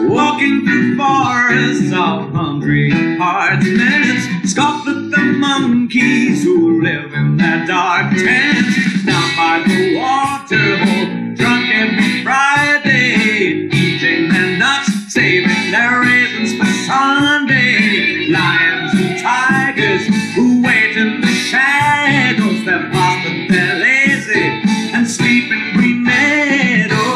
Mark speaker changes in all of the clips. Speaker 1: Walking through forests of hungry hearts, and it's scoffed at the monkeys who live in their dark tents. Down by the water hole, drunk every Friday, eating their nuts, saving their raisins for Sunday. Lions and tigers who wait in the shadows, they're lost and they're lazy, and sleep in green meadows.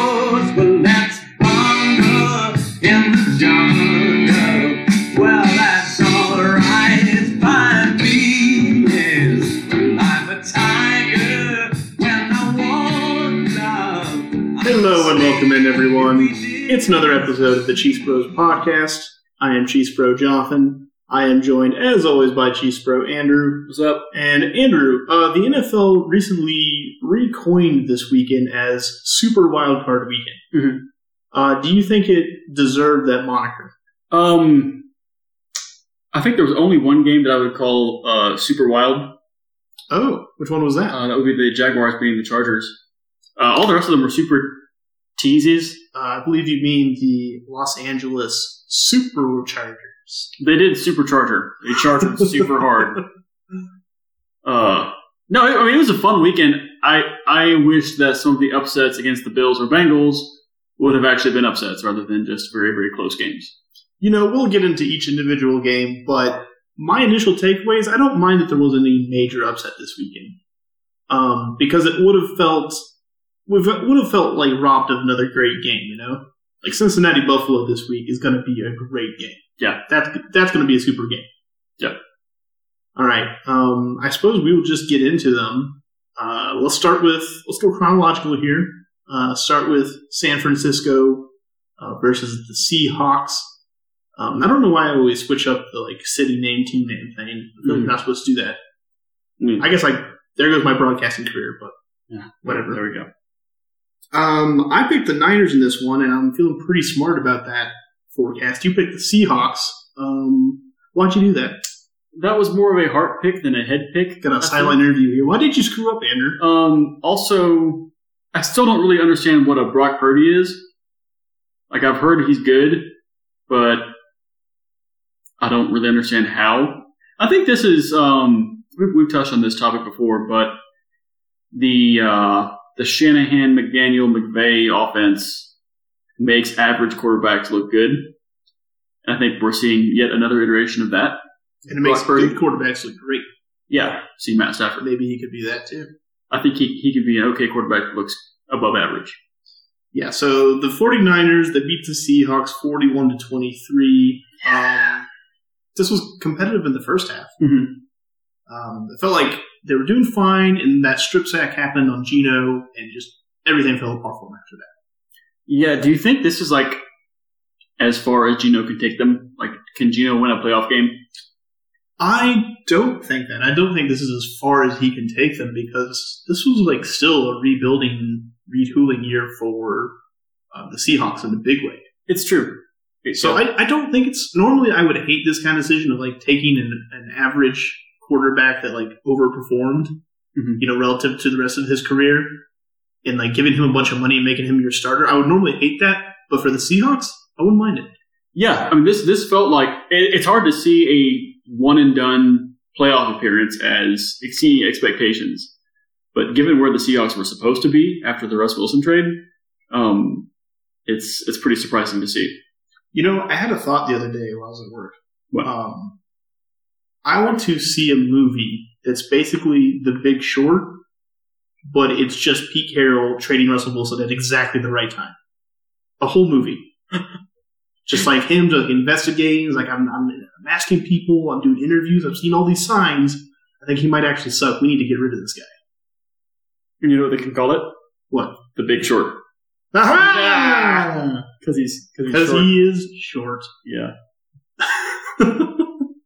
Speaker 1: Well, that's hunger in the jungle. Well, that's alright, it's fine, please. I'm a tiger when I want love.
Speaker 2: Hello and welcome in, everyone. It's another episode of the Cheese Bros podcast. I am Cheese Bro Jonathan. I am joined, as always, by Cheese Bro Andrew. What's up? And Andrew, uh, the NFL recently recoined this weekend as Super Wild Card Weekend.
Speaker 3: Mhm.
Speaker 2: Uh, do you think it deserved that moniker?
Speaker 3: Um, I think there was only one game that I would call uh, super wild.
Speaker 2: Oh, which one was that?
Speaker 3: Uh, that would be the Jaguars beating the Chargers. Uh, all the rest of them were super teases.
Speaker 2: Uh, I believe you mean the Los Angeles Superchargers.
Speaker 3: They did supercharger. They charged them super hard. Uh, no, I mean it was a fun weekend. I I wish that some of the upsets against the Bills or Bengals would have actually been upsets rather than just very very close games.
Speaker 2: You know, we'll get into each individual game, but my initial takeaway is I don't mind that there wasn't any major upset this weekend, um, because it would have felt would would have felt like robbed of another great game. You know, like Cincinnati Buffalo this week is going to be a great game.
Speaker 3: Yeah.
Speaker 2: that's that's going to be a super game.
Speaker 3: Yeah.
Speaker 2: All right. Um, I suppose we will just get into them. Uh, let's start with let's go chronological here. Uh, start with San Francisco uh, versus the Seahawks. Um, I don't know why I always switch up the like city name, team name thing. I feel like
Speaker 3: Mhm.
Speaker 2: you're not supposed to do that.
Speaker 3: Mm.
Speaker 2: I guess like there goes my broadcasting career, but
Speaker 3: Yeah.
Speaker 2: whatever.
Speaker 3: There we go.
Speaker 2: Um, I picked the Niners in this one, and I'm feeling pretty smart about that forecast. You picked the Seahawks. Um, why'd you do that?
Speaker 3: That was more of a heart pick than a head pick.
Speaker 2: Got
Speaker 3: I
Speaker 2: a silent interview here. Why did you screw up, Andrew?
Speaker 3: Um, also, I still don't really understand what a Brock Purdy is. Like I've heard he's good, but I don't really understand how. I think this is um, we've, we've touched on this topic before, but the uh, the Shanahan McDaniel McVay offense makes average quarterbacks look good. And I think we're seeing yet another iteration of that.
Speaker 2: And it makes
Speaker 3: Brock Purdy.
Speaker 2: good quarterbacks look great.
Speaker 3: Yeah, see Matt Stafford.
Speaker 2: Maybe he could be that too.
Speaker 3: I think he he could be an okay quarterback that looks above average.
Speaker 2: Yeah, so the 49ers, they beat the Seahawks 41 to 23. Um, this was competitive in the first half.
Speaker 3: Mhm.
Speaker 2: Um, it felt like they were doing fine, and that strip sack happened on Gino, and just everything fell apart for them after that.
Speaker 3: Yeah, do you think this is like as far as Gino can take them? Like, can Gino win a playoff game?
Speaker 2: I don't think that. I don't think this is as far as he can take them because this was like still a rebuilding, retooling year for uh, the Seahawks in a big way.
Speaker 3: It's true.
Speaker 2: So I, I don't think it's normally I would hate this kind of decision of like taking an, an average quarterback that like overperformed,
Speaker 3: Mhm.
Speaker 2: you know, relative to the rest of his career, and like giving him a bunch of money and making him your starter. I would normally hate that, but for the Seahawks, I wouldn't mind it.
Speaker 3: yeah, I mean this this felt like it, it's hard to see a one and done playoff appearance as exceeding expectations. But given where the Seahawks were supposed to be after the Russ Wilson trade, um, it's it's pretty surprising to see.
Speaker 2: You know, I had a thought the other day while I was at work.
Speaker 3: What?
Speaker 2: Um, I want to see a movie that's basically The Big Short, but it's just Pete Carroll trading Russell Wilson at exactly the right time. A whole movie. just like him to investigating. Like I'm, I'm, I'm asking people. I'm doing interviews. I've seen all these signs. I think he might actually suck. We need to get rid of this guy.
Speaker 3: And you know what they can call it?
Speaker 2: What?
Speaker 3: The Big Short,
Speaker 2: Aha!
Speaker 3: because he's because he's
Speaker 2: Because
Speaker 3: short.
Speaker 2: he is short.
Speaker 3: yeah,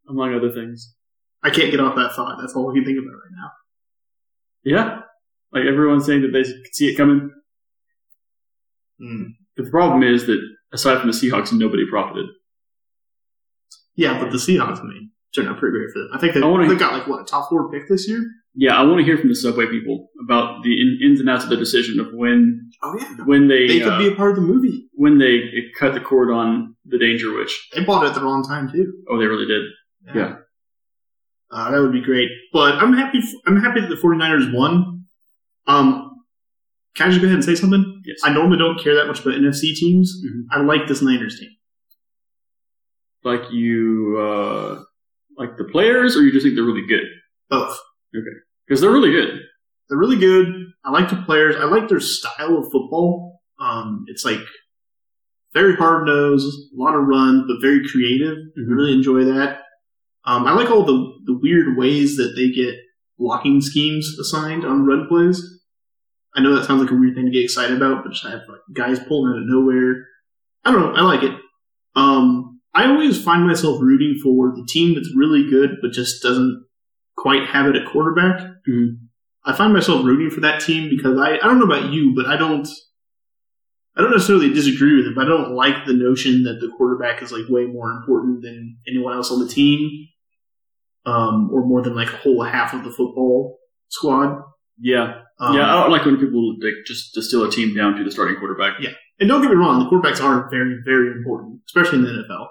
Speaker 3: among other things.
Speaker 2: I can't get off that thought. That's all I can think about right now.
Speaker 3: Yeah, like everyone's saying that they could see it coming.
Speaker 2: Hmm.
Speaker 3: The problem is that aside from the Seahawks, nobody profited.
Speaker 2: Yeah, but the Seahawks made turned out pretty great for them. I think they,
Speaker 3: I wanna-
Speaker 2: they got like what a top four pick this year.
Speaker 3: Yeah, I want to hear from the subway people about the in, ins and outs of the decision of when
Speaker 2: Oh yeah,
Speaker 3: when they,
Speaker 2: they
Speaker 3: uh,
Speaker 2: could be a part of the movie.
Speaker 3: when they cut the cord on the Danger Witch.
Speaker 2: They bought it at the wrong time too.
Speaker 3: Oh, they really did. Yeah.
Speaker 2: Uh, that would be great. But I'm happy. f- I'm happy that the 49ers won. Um, can I just go ahead and say something?
Speaker 3: Yes,
Speaker 2: I normally don't care that much about NFC teams.
Speaker 3: Mhm.
Speaker 2: I like this Niners team.
Speaker 3: like you uh, like the players, or you just think they're really good
Speaker 2: Both.
Speaker 3: because they're really good.
Speaker 2: They're really good. I like the players. I like their style of football. Um, it's like very hard nosed, a lot of run, but very creative. I really enjoy that. Um, I like all the, the weird ways that they get blocking schemes assigned on run plays. I know that sounds like a weird thing to get excited about, but just have like guys pulling out of nowhere. I don't know. I like it. Um, I always find myself rooting for the team that's really good but just doesn't quite have it at quarterback.
Speaker 3: Mhm.
Speaker 2: I find myself rooting for that team because I, I don't know about you, but I don't I don't necessarily disagree with it, but I don't like the notion that the quarterback is like way more important than anyone else on the team, um, or more than like a whole half of the football squad.
Speaker 3: Yeah,
Speaker 2: Um,
Speaker 3: yeah. I don't like when people like just distill a team down to the starting quarterback.
Speaker 2: and don't get me wrong, the quarterbacks are very, very important, especially in the NFL.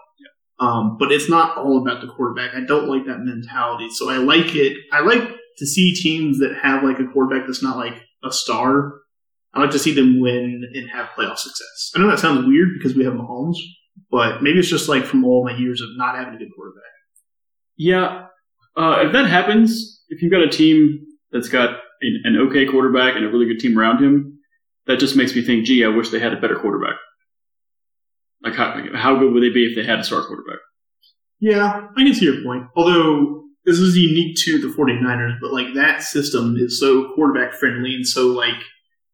Speaker 2: Um, but it's not all about the quarterback. I don't like that mentality. So I like it. I like to see teams that have like a quarterback that's not like a star. I like to see them win and have playoff success. I know that sounds weird because we have Mahomes, but maybe it's just like from all my years of not having a good quarterback.
Speaker 3: Yeah. Uh, if that happens, if you've got a team that's got an, an okay quarterback and a really good team around him, that just makes me think, gee, I wish they had a better quarterback. Like, how, how good would they be if they had a star quarterback?
Speaker 2: Yeah, I can see your point. Although this is unique to the 49ers, but like that system is so quarterback friendly and so like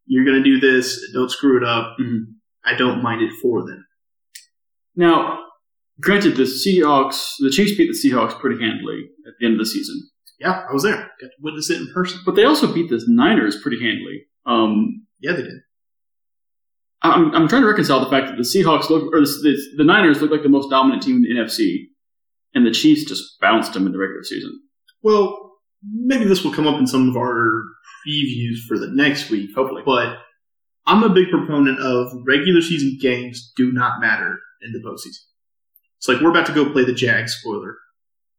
Speaker 2: you're going to do this, don't screw it up. mm-hmm.
Speaker 3: Mhm.
Speaker 2: I don't mind it for them.
Speaker 3: Now, granted, the Seahawks, the Chiefs beat the Seahawks pretty handily at the end of the season,
Speaker 2: Yeah, I was there. Got to witness it in person.
Speaker 3: but they also beat the Niners pretty handily. Um,
Speaker 2: Yeah, they did.
Speaker 3: I- I'm, I'm trying to reconcile the fact that the Seahawks look, or the, the, the Niners look like the most dominant team in the NFC, and the Chiefs just bounced them in the regular season.
Speaker 2: Well, maybe this will come up in some of our previews for the next week, hopefully. But I'm a big proponent of regular season games do not matter in the postseason. It's like we're about to go play the Jags. Spoiler: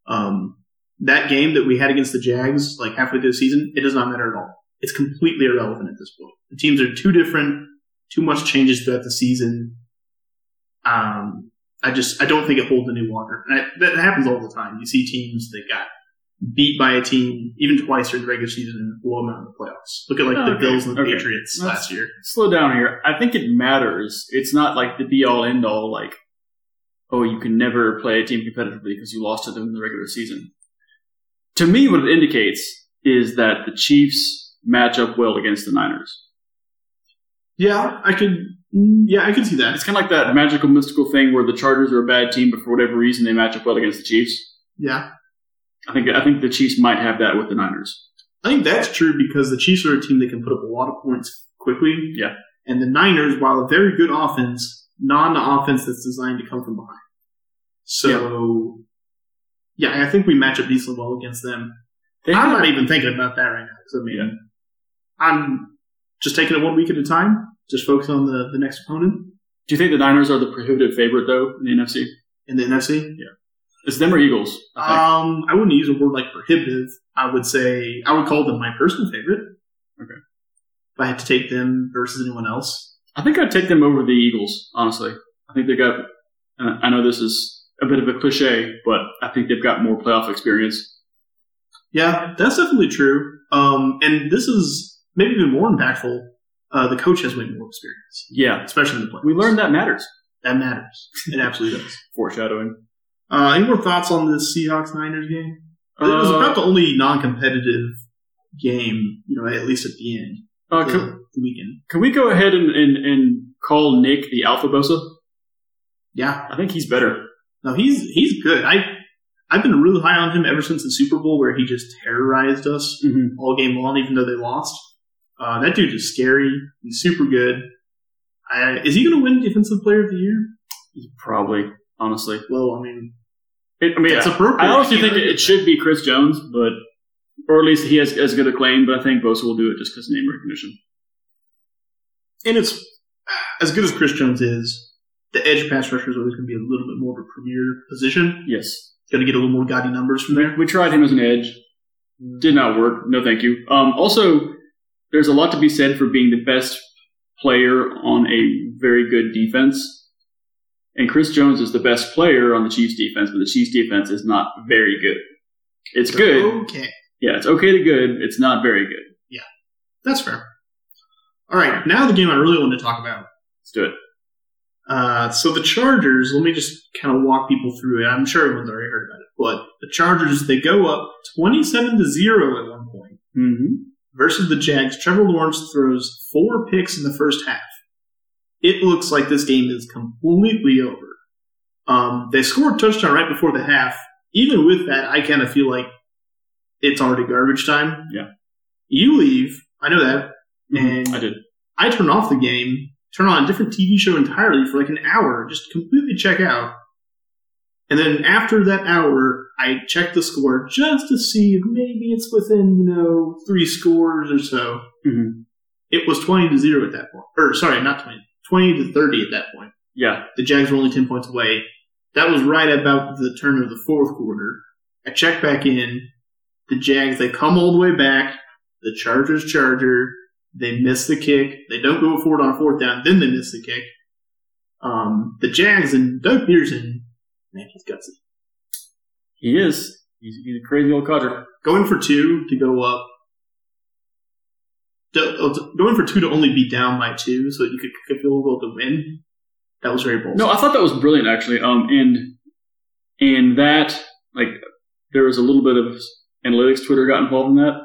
Speaker 2: um, that game that we had against the Jags, like halfway through the season, it does not matter at all. It's completely irrelevant at this point. The teams are too different. Too much changes throughout the season. Um, I just I don't think it holds any water. And I, that happens all the time. You see teams that got beat by a team even twice during the regular season and blow them out in the playoffs. Look at like the
Speaker 3: Oh, Okay,
Speaker 2: Bills and the
Speaker 3: okay.
Speaker 2: Patriots
Speaker 3: That's-
Speaker 2: last year.
Speaker 3: slow down here. I think it matters. It's not like the be all end all, like, oh, you can never play a team competitively because you lost to them in the regular season. To me, what it indicates is that the Chiefs match up well against the Niners.
Speaker 2: Yeah, I could. mm, Yeah, I could see that.
Speaker 3: It's kind of like that magical, mystical thing where the Chargers are a bad team, but for whatever reason, they match up well against the Chiefs.
Speaker 2: Yeah,
Speaker 3: I think I think the Chiefs might have that with the Niners.
Speaker 2: I think that's true because the Chiefs are a team that can put up a lot of points quickly.
Speaker 3: Yeah.
Speaker 2: and the Niners, while a very good offense, not an offense that's designed to come from behind. So, yeah, I think we match up decently well against them.
Speaker 3: They
Speaker 2: I'm
Speaker 3: have-
Speaker 2: not even thinking about that right now. 'cause, I mean,
Speaker 3: Yeah.
Speaker 2: I'm just taking it one week at a time. Just focus on the, the next opponent
Speaker 3: do you think the Niners are the prohibitive favorite though in the NFC?
Speaker 2: in the NFC.
Speaker 3: It's them or Eagles. I think.
Speaker 2: Um, I wouldn't use a word like prohibitive. I would say I would call them my personal favorite.
Speaker 3: Okay.
Speaker 2: If I had to take them versus anyone else,
Speaker 3: I think I'd take them over the Eagles, honestly. I think they've got, and I know this is a bit of a cliche, but I think they've got more playoff experience.
Speaker 2: yeah, that's definitely true. Um, and this is maybe even more impactful. Uh, the coach has way more experience,
Speaker 3: Yeah.
Speaker 2: especially in the playoffs.
Speaker 3: We learned that matters.
Speaker 2: that matters. It absolutely does.
Speaker 3: Foreshadowing.
Speaker 2: Uh, any more thoughts on the Seahawks Niners game? It was
Speaker 3: Uh,
Speaker 2: about the only non-competitive game, you know, at least at the end
Speaker 3: uh,
Speaker 2: of
Speaker 3: can,
Speaker 2: the weekend.
Speaker 3: can we go ahead and, and, and call Nick the Alpha Bosa?
Speaker 2: Yeah,
Speaker 3: I think he's better.
Speaker 2: No, he's he's good. I I've been really high on him ever since the Super Bowl where he just terrorized us
Speaker 3: Mm-hmm.
Speaker 2: all game long, even though they lost. Uh, that dude is scary. He's super good. I, is he going to win Defensive Player of the Year?
Speaker 3: Probably, honestly.
Speaker 2: Well, I mean,
Speaker 3: It, I mean,
Speaker 2: That's
Speaker 3: I-
Speaker 2: appropriate.
Speaker 3: I honestly
Speaker 2: He
Speaker 3: think
Speaker 2: earned
Speaker 3: it,
Speaker 2: it.
Speaker 3: it should be Chris Jones, but or at least he has as good a claim. But I think Bosa will do it just because of name recognition.
Speaker 2: and it's as good as Chris Jones is. The edge pass rusher is always going to be a little bit more of a premier position.
Speaker 3: Yes,
Speaker 2: He's going to get a little more gaudy numbers from there.
Speaker 3: we tried him as an edge. Did not work. No, thank you. Um, also, there's a lot to be said for being the best player on a very good defense. And Chris Jones is the best player on the Chiefs defense, but the Chiefs defense is not very good. It's good.
Speaker 2: Okay,
Speaker 3: Yeah, it's okay to good. It's not very good.
Speaker 2: that's fair. All right, now the game I really want to talk about.
Speaker 3: Let's do it.
Speaker 2: Uh, so the Chargers, let me just kind of walk people through it. I'm sure everyone's already heard about it, but the Chargers they go up 27 to zero at one point
Speaker 3: Mm-hmm.
Speaker 2: versus the Jags. Trevor Lawrence throws four picks in the first half. It looks like this game is completely over. Um, they scored a touchdown right before the half. Even with that, I kind of feel like it's already garbage time.
Speaker 3: Yeah. Mm-hmm.
Speaker 2: You leave. I know that. And-
Speaker 3: I did.
Speaker 2: I turn off the game, turn on a different TV show entirely for like an hour, just completely check out. And then after that hour, I check the score just to see if maybe it's within, you know, three scores or so.
Speaker 3: Mhm.
Speaker 2: It was 20 to 0 at that point. Or, sorry, not 20. 20 to 30 at that point.
Speaker 3: Yeah.
Speaker 2: The Jags were only 10 points away. That was right about the turn of the fourth quarter. I check back in. The Jags, they come all the way back. The Chargers charger. They miss the kick. They don't go forward on a fourth down. Then they miss the kick. Um, the Jags and Doug Pearson, man, he's gutsy.
Speaker 3: He is. He's, he's a crazy old codger.
Speaker 2: Going for two to go up. Do- Going for two to only be down by two so that you could kick a field goal to win. That was very bold.
Speaker 3: No, I thought that was brilliant actually. Um, and and that like there was a little bit of analytics Twitter got involved in that,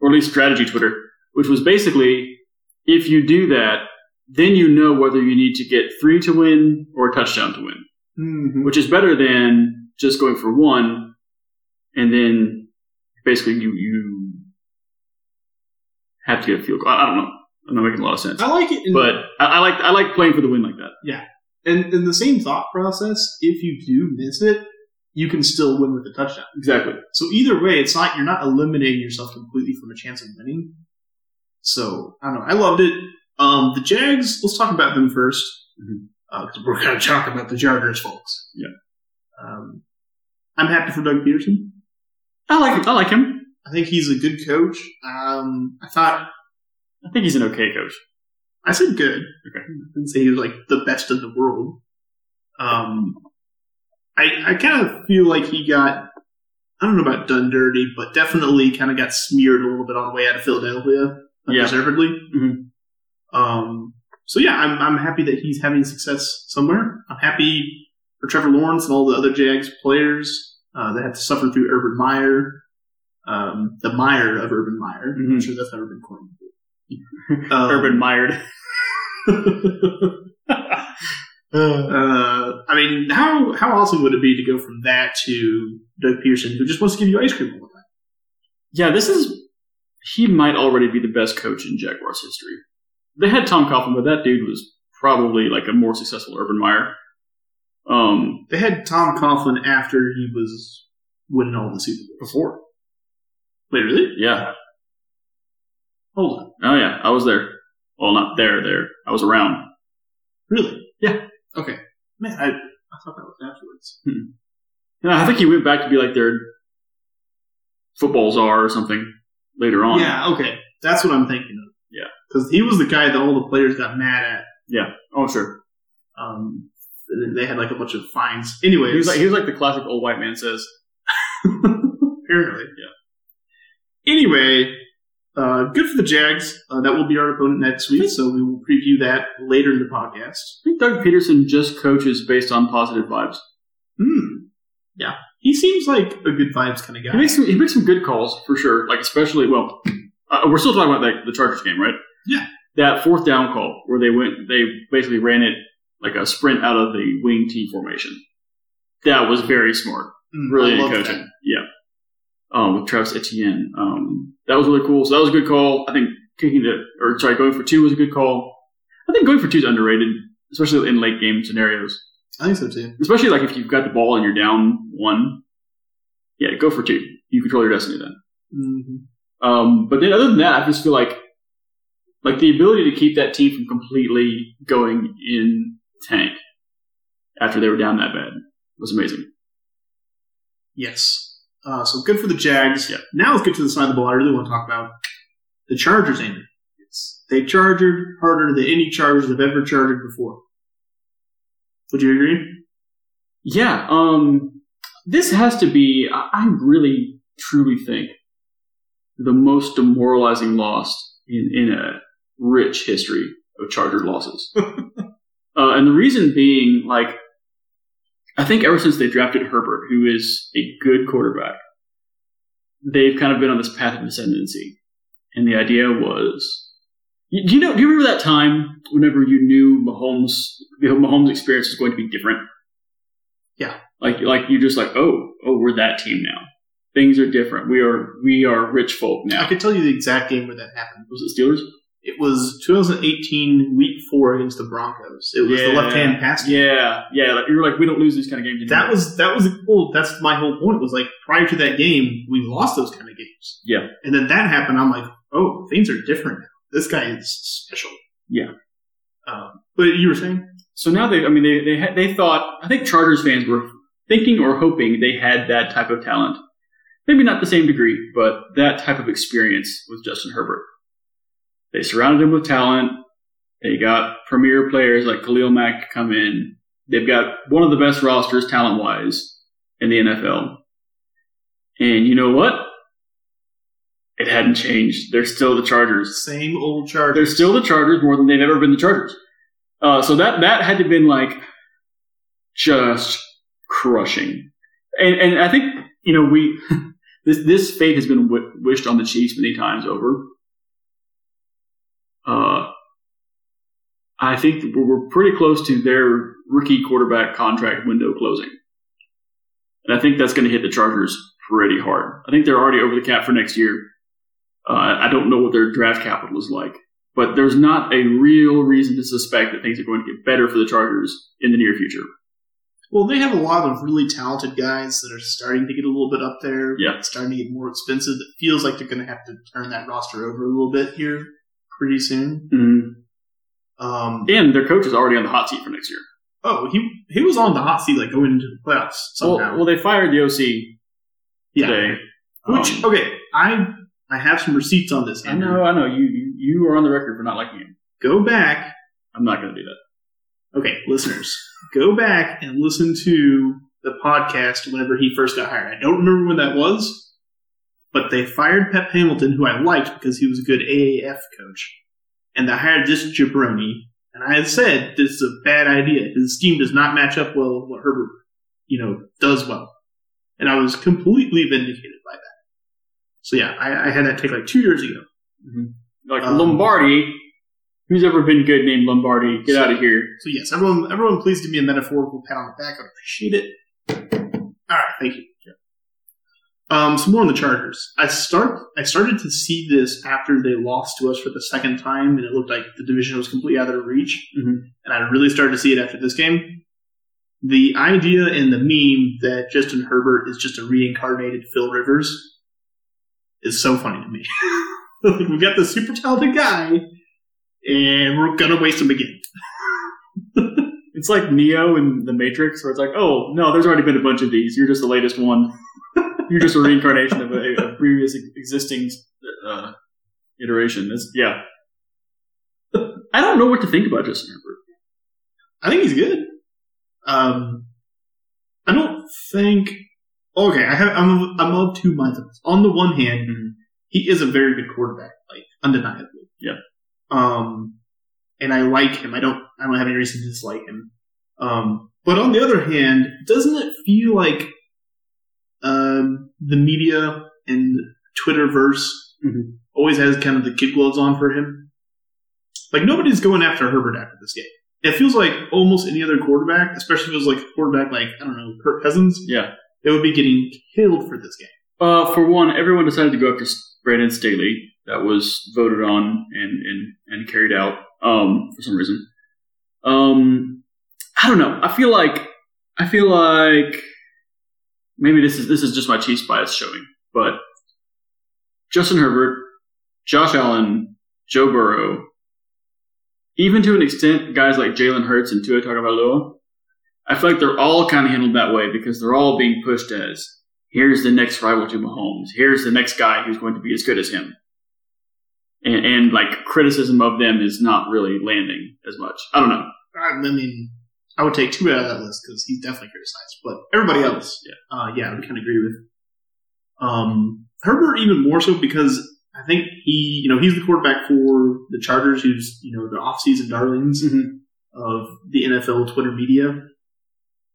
Speaker 3: or at least strategy Twitter, which was basically if you do that, then you know whether you need to get three to win or a touchdown to win,
Speaker 2: Mhm.
Speaker 3: which is better than just going for one, and then basically you you have to get a field goal. I, I don't know. I'm not making a lot of sense,
Speaker 2: I like it. In-
Speaker 3: but I, I like I like playing for the win like that.
Speaker 2: And in the same thought process, if you do miss it, you can still win with a touchdown.
Speaker 3: Exactly.
Speaker 2: So either way, it's not you're not eliminating yourself completely from a chance of winning. So I don't know. I loved it. Um, the Jags. Let's talk about them first
Speaker 3: Mhm.
Speaker 2: because we're going to talk about the Chargers, folks.
Speaker 3: Yeah.
Speaker 2: Um, I'm happy for Doug Peterson.
Speaker 3: I like I like him.
Speaker 2: I think he's a good coach. Um, I thought
Speaker 3: I think he's an okay coach.
Speaker 2: I said good.
Speaker 3: Okay.
Speaker 2: I didn't say he was like the best in the world. Um, I I kind of feel like he got I don't know about done dirty, but definitely kind of got smeared a little bit on the way out of Philadelphia,
Speaker 3: Yeah.
Speaker 2: undeservedly.
Speaker 3: Mhm.
Speaker 2: Um, so yeah, I'm I'm happy that he's having success somewhere. I'm happy for Trevor Lawrence and all the other Jags players uh, that have to suffer through Urban Meyer, um, the Meyer of Urban Meyer. I'm
Speaker 3: Mhm.
Speaker 2: sure that's how Urban coined. it. Um,
Speaker 3: Urban Mired.
Speaker 2: Uh, I mean, how how awesome would it be to go from that to Doug Pearson, who just wants to give you ice cream all the time?
Speaker 3: yeah, this is. He might already be the best coach in Jaguars history. They had Tom Coughlin, but that dude was probably like a more successful Urban Meyer. Um,
Speaker 2: They had Tom Coughlin after he was winning all the Super Bowls.
Speaker 3: before.
Speaker 2: Wait, really?
Speaker 3: Yeah.
Speaker 2: Hold on,
Speaker 3: Oh yeah, I was there. Well, not there. There, I was around.
Speaker 2: really?
Speaker 3: Yeah.
Speaker 2: Okay. Man, I, I thought that was afterwards.
Speaker 3: And I think he went back to be like their football czar or something later on.
Speaker 2: Yeah. Okay, that's what I'm thinking of.
Speaker 3: Yeah.
Speaker 2: because he was the guy that all the players got mad at.
Speaker 3: Oh sure.
Speaker 2: Um, and then they had like a bunch of fines. Anyways,
Speaker 3: He was like he was like the classic old white man says.
Speaker 2: Apparently, yeah. Anyway, uh, good for the Jags. Uh, that will be our opponent next week, so we will preview that later in the podcast.
Speaker 3: I think Doug Peterson just coaches based on positive vibes.
Speaker 2: Hmm. Yeah, he seems like a good vibes kind of guy.
Speaker 3: He makes some, he makes some good calls for sure. Like especially well, uh, we're still talking about like the Chargers game, right?
Speaker 2: Yeah.
Speaker 3: That fourth down call where they went, they basically ran it like a sprint out of the wing T formation. That was very smart.
Speaker 2: Mm,
Speaker 3: Really
Speaker 2: I
Speaker 3: good
Speaker 2: love
Speaker 3: coaching.
Speaker 2: that.
Speaker 3: Yeah. Um, with Travis Etienne, um, that was really cool. So that was a good call. I think kicking it or sorry, going for two was a good call. I think going for two is underrated, especially in late game scenarios.
Speaker 2: I think so too.
Speaker 3: Especially like if you've got the ball and you're down one. Yeah, go for two. You control your destiny then.
Speaker 2: Mm-hmm.
Speaker 3: Um, but then other than that, I just feel like like the ability to keep that team from completely going in tank after they were down that bad was amazing.
Speaker 2: Yes. Uh, so good for the Jags.
Speaker 3: Yeah.
Speaker 2: Now let's get to the side of the ball I really want to talk about. The Chargers, Andrew. They chargered harder than any Chargers have ever charged before. Would you agree?
Speaker 3: Yeah, um, this has to be, I, I really truly think, the most demoralizing loss in, in a rich history of Charger losses. uh, and the reason being, like, I think ever since they drafted Herbert, who is a good quarterback, they've kind of been on this path of ascendancy. And the idea was, you, do you know? Do you remember that time whenever you knew Mahomes, the Mahomes experience was going to be different? like like you're just like oh oh we're that team now things are different we are we are rich folk now
Speaker 2: I could tell you the exact game where that happened.
Speaker 3: was it Steelers
Speaker 2: It was 2018, Week Four against the Broncos. It was the left hand pass.
Speaker 3: yeah yeah like, you're like we don't lose these kind of games
Speaker 2: That
Speaker 3: anymore.
Speaker 2: was that was well. That's my whole point. Was like prior to that game, we lost those kind of games.
Speaker 3: Yeah.
Speaker 2: And then that happened. I'm like, oh, things are different now. This guy is special.
Speaker 3: Yeah.
Speaker 2: Um, but you were saying
Speaker 3: so now they I mean they they had, they thought I think Chargers fans were thinking or hoping they had that type of talent maybe not the same degree but that type of experience with Justin Herbert they surrounded him with talent they got premier players like Khalil Mack to come in they've got one of the best rosters talent wise in the NFL and you know what it hadn't changed they're still the Chargers
Speaker 2: same old Chargers.
Speaker 3: they're still the Chargers more than they've ever been the Chargers. Uh, so that that had to been like just crushing, and and I think you know we this this fate has been w- wished on the Chiefs many times over. Uh, I think we're, we're pretty close to their rookie quarterback contract window closing, and I think that's going to hit the Chargers pretty hard. I think they're already over the cap for next year. Uh, I don't know what their draft capital is like but there's not a real reason to suspect that things are going to get better for the Chargers in the near future.
Speaker 2: Well, they have a lot of really talented guys that are starting to get a little bit up there.
Speaker 3: Yeah.
Speaker 2: It's starting to get more expensive. It feels like they're going to have to turn that roster over a little bit here pretty soon.
Speaker 3: mm
Speaker 2: Um,
Speaker 3: And their coach is already on the hot seat for next year.
Speaker 2: Oh, he he was on the hot seat like going into the playoffs somehow.
Speaker 3: Well, well, they fired the OC
Speaker 2: Yeah.
Speaker 3: today.
Speaker 2: Which
Speaker 3: Um,
Speaker 2: okay, I I have some receipts on this.
Speaker 3: I know, I know. You you- you are on the record for not liking him.
Speaker 2: Go back.
Speaker 3: I'm not going to do that.
Speaker 2: Okay, listeners, go back and listen to the podcast whenever he first got hired. I don't remember when that was, but they fired Pep Hamilton, who I liked because he was a good AAF coach, and they hired this jabroni. And I had said this is a bad idea. His scheme does not match up well with what Herbert, you know, does well. And I was completely vindicated by that. So yeah, I, I had that take like two years ago.
Speaker 3: Like
Speaker 2: Um,
Speaker 3: Lombardi, who's ever been good named Lombardi? Get out of here.
Speaker 2: So yes, everyone, everyone, please give me a metaphorical pat on the back. I'd appreciate it. All right, thank you. Um, some more on the Chargers. I start. I started to see this after they lost to us for the second time, and it looked like the division was completely out of their reach.
Speaker 3: Mhm.
Speaker 2: And I really started to see it after this game. The idea and the meme that Justin Herbert is just a reincarnated Phil Rivers is so funny to me. like we've got this super talented guy, and we're gonna waste him again.
Speaker 3: It's like Neo in The Matrix, where it's like, oh no, there's already been a bunch of these. You're just the latest one. You're just a reincarnation of a, a previous ex- existing uh, iteration. That's, yeah. I don't know what to think about Justin Herbert.
Speaker 2: I think he's good. Um, I don't think. Okay, I have. I'm I'm of two minds on this. On the one hand, he is a very good quarterback, like undeniably.
Speaker 3: Yeah.
Speaker 2: Um, and I like him. I don't. I don't have any reason to dislike him. Um, but on the other hand, doesn't it feel like um the media and Twitterverse
Speaker 3: Mhm.
Speaker 2: always has kind of the kid gloves on for him? Like nobody's going after Herbert after this game. It feels like almost any other quarterback, especially if it was like a quarterback like I don't know Kirk Cousins.
Speaker 3: Yeah.
Speaker 2: they would be getting killed for this game.
Speaker 3: Uh, for one, everyone decided to go after S- Brandon Staley. That was voted on and and, and carried out um, for some reason. Um, I don't know. I feel like I feel like maybe this is this is just my Chiefs bias showing, but Justin Herbert, Josh Allen, Joe Burrow, even to an extent, guys like Jalen Hurts and Tua Tagovailoa, I feel like they're all kind of handled that way because they're all being pushed as here's the next rival to Mahomes, here's the next guy who's going to be as good as him. And, and like criticism of them is not really landing as much. I don't know.
Speaker 2: I mean, I would take two out of that list because he's definitely criticized. But everybody else, yeah, uh, yeah, I would kind of agree with. Um, Herbert even more so because I think he, you know, he's the quarterback for the Chargers, who's you know the offseason darlings
Speaker 3: Mm-hmm.
Speaker 2: of the NFL Twitter media.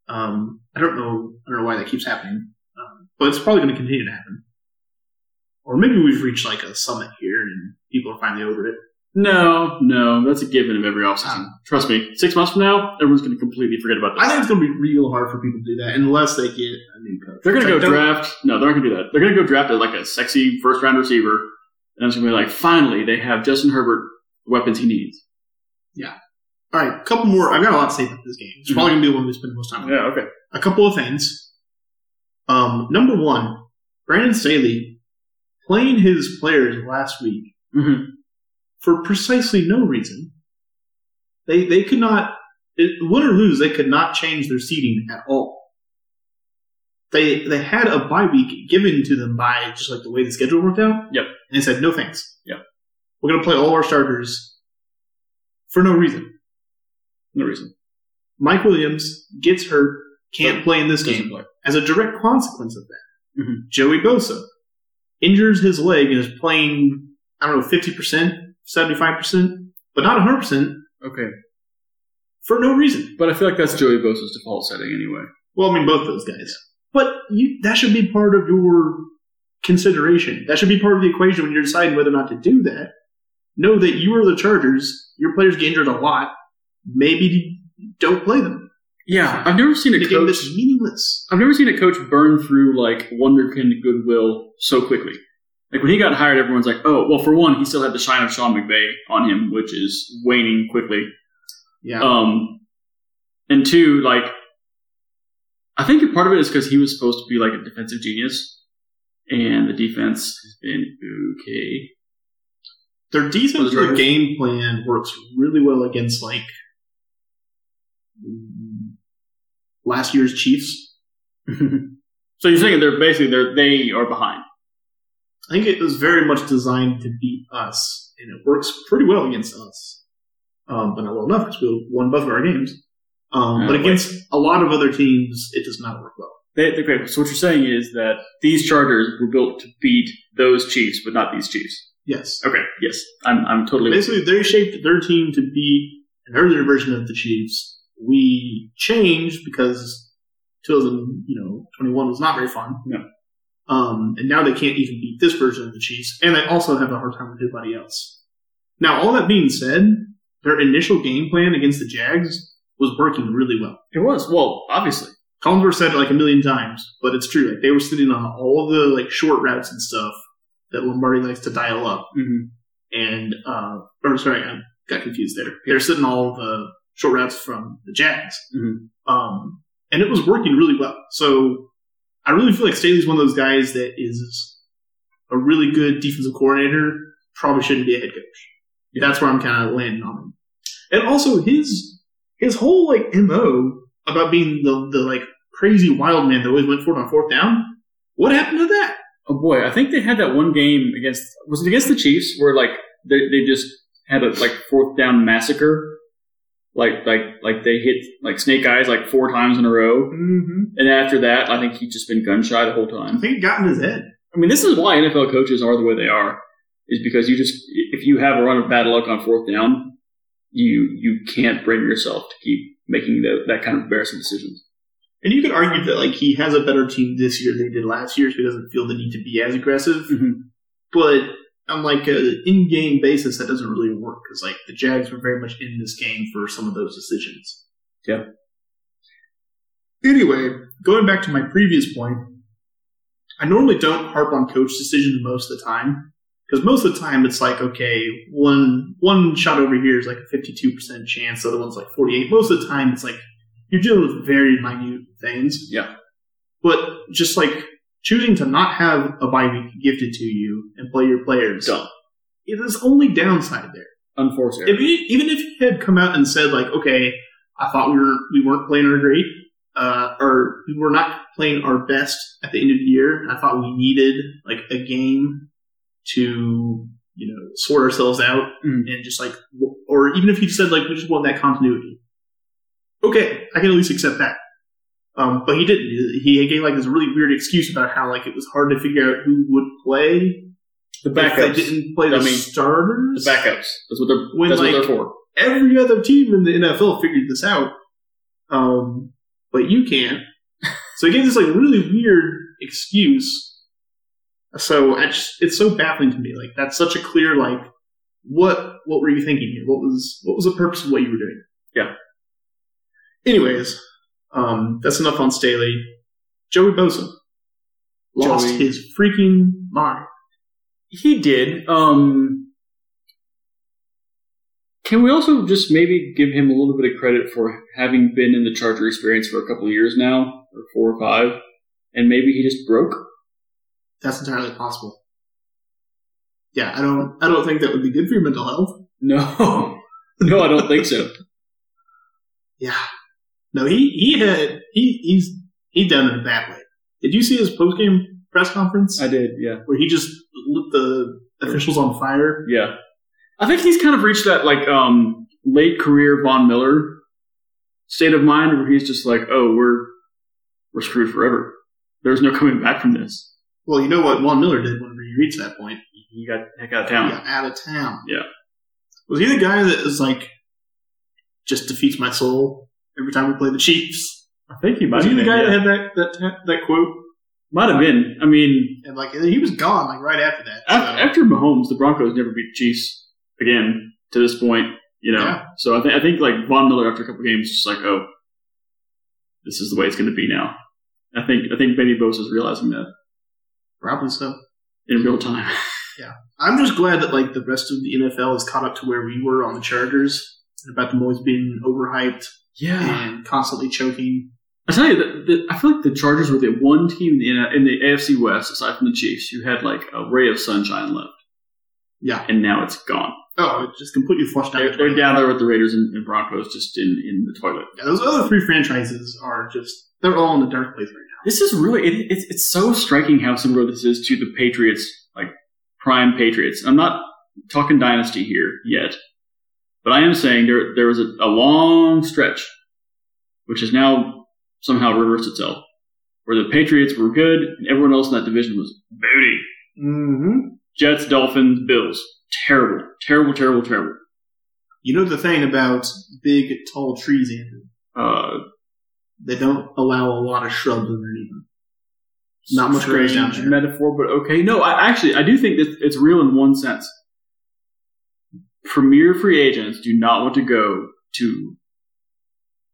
Speaker 2: Um, I don't know, I don't know why that keeps happening, um, but it's probably going to continue to happen. Or maybe we've reached like a summit here and people are finally over it.
Speaker 3: No, no, that's a given of every offseason. Trust me, six months from now, everyone's going to completely forget about this.
Speaker 2: I think it's going to be real hard for people to do that unless they get a new coach.
Speaker 3: They're going to
Speaker 2: Like,
Speaker 3: go
Speaker 2: don't-
Speaker 3: draft. No, they're not going to do that. They're going to go draft a, like a sexy first round receiver, and it's going to be like, finally, they have Justin Herbert the weapons he needs.
Speaker 2: All right, a couple more. I've got a lot to say about this game. It's probably going to be the one we spend the most time on.
Speaker 3: Yeah, okay.
Speaker 2: A couple of things. Um, number one, Brandon Staley playing his players last week
Speaker 3: hmm
Speaker 2: for precisely no reason. They they could not it, win or lose. They could not change their seating at all. They they had a bye week given to them by just like the way the schedule worked out.
Speaker 3: Yep.
Speaker 2: And they said no thanks.
Speaker 3: Yep.
Speaker 2: We're gonna play all our starters for no reason.
Speaker 3: No reason.
Speaker 2: Mike Williams gets hurt, can't play in this
Speaker 3: Doesn't
Speaker 2: game.
Speaker 3: play.
Speaker 2: As a direct consequence of that,
Speaker 3: Mhm.
Speaker 2: Joey Bosa injures his leg and is playing, I don't know, 50%, 75%, but not 100%
Speaker 3: Okay,
Speaker 2: for no reason.
Speaker 3: but I feel like that's Joey Bosa's default setting anyway.
Speaker 2: Well, I mean, both those guys. But you, that should be part of your consideration. That should be part of the equation when you're deciding whether or not to do that. Know that you are the Chargers. Your players get injured a lot. Maybe don't play them.
Speaker 3: Yeah, I've never seen a
Speaker 2: The game
Speaker 3: coach.
Speaker 2: is meaningless.
Speaker 3: I've never seen a coach burn through like wonderkind goodwill so quickly. Like when he got hired, everyone's like, "Oh, well." For one, he still had the shine of Sean McVay on him, which is waning quickly.
Speaker 2: Yeah.
Speaker 3: Um, and two, like, I think part of it is because he was supposed to be like a defensive genius, and the defense has been okay.
Speaker 2: Their defensive
Speaker 3: For the Chargers.
Speaker 2: game plan works really well against like mm, last year's Chiefs.
Speaker 3: So you're thinking they're basically they're they are behind.
Speaker 2: I think it was very much designed to beat us, and it works pretty well against us. Um, but not well enough because we won both of our games. Um,
Speaker 3: Yeah,
Speaker 2: but
Speaker 3: like-
Speaker 2: against a lot of other teams, it does not work well.
Speaker 3: They, they- okay, so what you're saying is that these Chargers were built to beat those Chiefs, but not these Chiefs.
Speaker 2: Yes,
Speaker 3: Okay, yes, I'm I'm totally. with
Speaker 2: basically they shaped their team to be an earlier version of the Chiefs. We changed because 2000, you know, 21 was not very fun.
Speaker 3: No.
Speaker 2: Um, and now they can't even beat this version of the Chiefs, and they also have a hard time with anybody else. Now, all that being said, their initial game plan against the Jags was working really well.
Speaker 3: It was well, obviously.
Speaker 2: Collinsworth said it like a million times, but it's true. Like they were sitting on all the like short routes and stuff that Lombardi likes to dial up
Speaker 3: Mm-hmm.
Speaker 2: and uh, or sorry, I got confused there. They're sitting all the short routes from the Jags,
Speaker 3: Mhm.
Speaker 2: um, and it was working really well. So I really feel like Staley's one of those guys that is a really good defensive coordinator. Probably shouldn't be a head coach. That's where I'm kind of landing on him. And also his his whole like mo about being the the like crazy wild man that always went for it on fourth down. What happened to that?
Speaker 3: Oh boy, I think they had that one game against was it against the Chiefs where like they they just had a like fourth down massacre, like like like they hit like snake eyes like four times in a row,
Speaker 2: Mm-hmm.
Speaker 3: and after that I think he'd just been gun shy the whole
Speaker 2: I
Speaker 3: time.
Speaker 2: think it got in his head.
Speaker 3: I mean, this is why NFL coaches are the way they are, is because you just if you have a run of bad luck on fourth down, you you can't bring yourself to keep making tho- that kind of embarrassing decisions.
Speaker 2: And you could argue that like he has a better team this year than he did last year, so he doesn't feel the need to be as aggressive.
Speaker 3: Mhm.
Speaker 2: But on like an in-game basis, that doesn't really work because like the Jags were very much in this game for some of those decisions.
Speaker 3: Yeah.
Speaker 2: Anyway, going back to my previous point, I normally don't harp on coach decisions most of the time because most of the time it's like okay, one one shot over here is like a fifty-two percent chance, the other one's like forty-eight. Most of the time, it's like you're dealing with very minute things.
Speaker 3: Yeah.
Speaker 2: But just like choosing to not have a bye week gifted to you and play your players.
Speaker 3: Dumb.
Speaker 2: It is only downside there.
Speaker 3: Unforced error.
Speaker 2: If you, even if you had come out and said like, okay, I thought we were we weren't playing our great, uh, or we were not playing our best at the end of the year, and I thought we needed like a game to you know sort ourselves out
Speaker 3: Mm.
Speaker 2: and just like, w- or even if you said like we just want that continuity, okay, I can at least accept that. Um, but he didn't. He gave like this really weird excuse about how like it was hard to figure out who would play
Speaker 4: The
Speaker 2: if
Speaker 4: backups.
Speaker 2: they didn't play the
Speaker 4: I mean, the
Speaker 2: starters.
Speaker 4: backups.
Speaker 3: That's what they're.
Speaker 2: When,
Speaker 3: that's what
Speaker 2: like-
Speaker 3: they're for.
Speaker 2: every other team in the NFL figured this out, um, but you can't. So he gave this like really weird excuse. So I just, it's so baffling to me. Like that's such a clear like what what were you thinking here? What was what was the purpose of what you were doing?
Speaker 3: Yeah.
Speaker 2: Anyways, um, that's enough on Staley. Joey Bosa lost
Speaker 3: Joey.
Speaker 2: his freaking mind.
Speaker 3: He did. Um, can we also just maybe give him a little bit of credit for having been in the Charger experience for a couple of years now, or four or five, and maybe he just broke?
Speaker 2: That's entirely possible. Yeah, I don't I don't think that would be good for your mental health.
Speaker 3: No, no, I don't think so.
Speaker 2: Yeah. No, he he had he he's he done it a bad way. Did you see his post game press conference
Speaker 3: I did, yeah,
Speaker 2: where he just lit the officials on fire?
Speaker 3: yeah. I think he's kind of reached that like um late career Von Miller state of mind where he's just like, oh, we're we're screwed forever. There's no coming back from this.
Speaker 2: Well, you know what Juan Miller did whenever you reached that point.
Speaker 3: You got heck out of town.
Speaker 2: He got out of town.
Speaker 3: Yeah.
Speaker 2: Was he the guy that is like just defeats my soul every time we play the Chiefs?
Speaker 3: I think he might.
Speaker 2: Was he
Speaker 3: have
Speaker 2: the
Speaker 3: been,
Speaker 2: guy
Speaker 3: yeah.
Speaker 2: that had that that ta- that quote?
Speaker 3: Might
Speaker 2: Uh,
Speaker 3: have been. I mean,
Speaker 2: And like he was gone like right after that.
Speaker 3: after,
Speaker 2: So-
Speaker 3: after Mahomes, the Broncos never beat the Chiefs again to this point. You know,
Speaker 2: Yeah.
Speaker 3: so I think I think like Von Miller after a couple games, just like, oh, this is the way it's going to be now. I think I think maybe Bosa's realizing that
Speaker 2: probably so.
Speaker 3: in real time.
Speaker 2: I'm just glad that like the rest of the NFL is caught up to where we were on the Chargers about them always being overhyped and constantly choking.
Speaker 3: I tell you, the, the, I feel like the Chargers were the one team in, in the AFC West, aside from the Chiefs, who had like a ray of sunshine left,
Speaker 2: Yeah.
Speaker 3: and now it's gone.
Speaker 2: Oh, it just completely flushed out.
Speaker 3: They're,
Speaker 2: the
Speaker 3: they're
Speaker 2: toilet.
Speaker 3: down there with the Raiders and, and Broncos, just in, in the toilet.
Speaker 2: Yeah, those other three franchises are just they're all in the dark place right now.
Speaker 3: This is really it, it's it's so striking how similar this is to the Patriots, like prime Patriots. I'm not talking dynasty here yet, but I am saying there there was a, a long stretch, which has now somehow reversed itself, where the Patriots were good and everyone else in that division was booty.
Speaker 2: Mm-hmm.
Speaker 3: Jets, Dolphins, Bills, terrible, terrible, terrible, terrible.
Speaker 2: You know the thing about big tall trees, Andrew?
Speaker 3: Uh,
Speaker 2: They don't allow a lot of shrubs underneath them. Not much grass down
Speaker 3: strange
Speaker 2: there.
Speaker 3: metaphor, but okay. No, I actually I do think that it's real in one sense. Premier free agents do not want to go to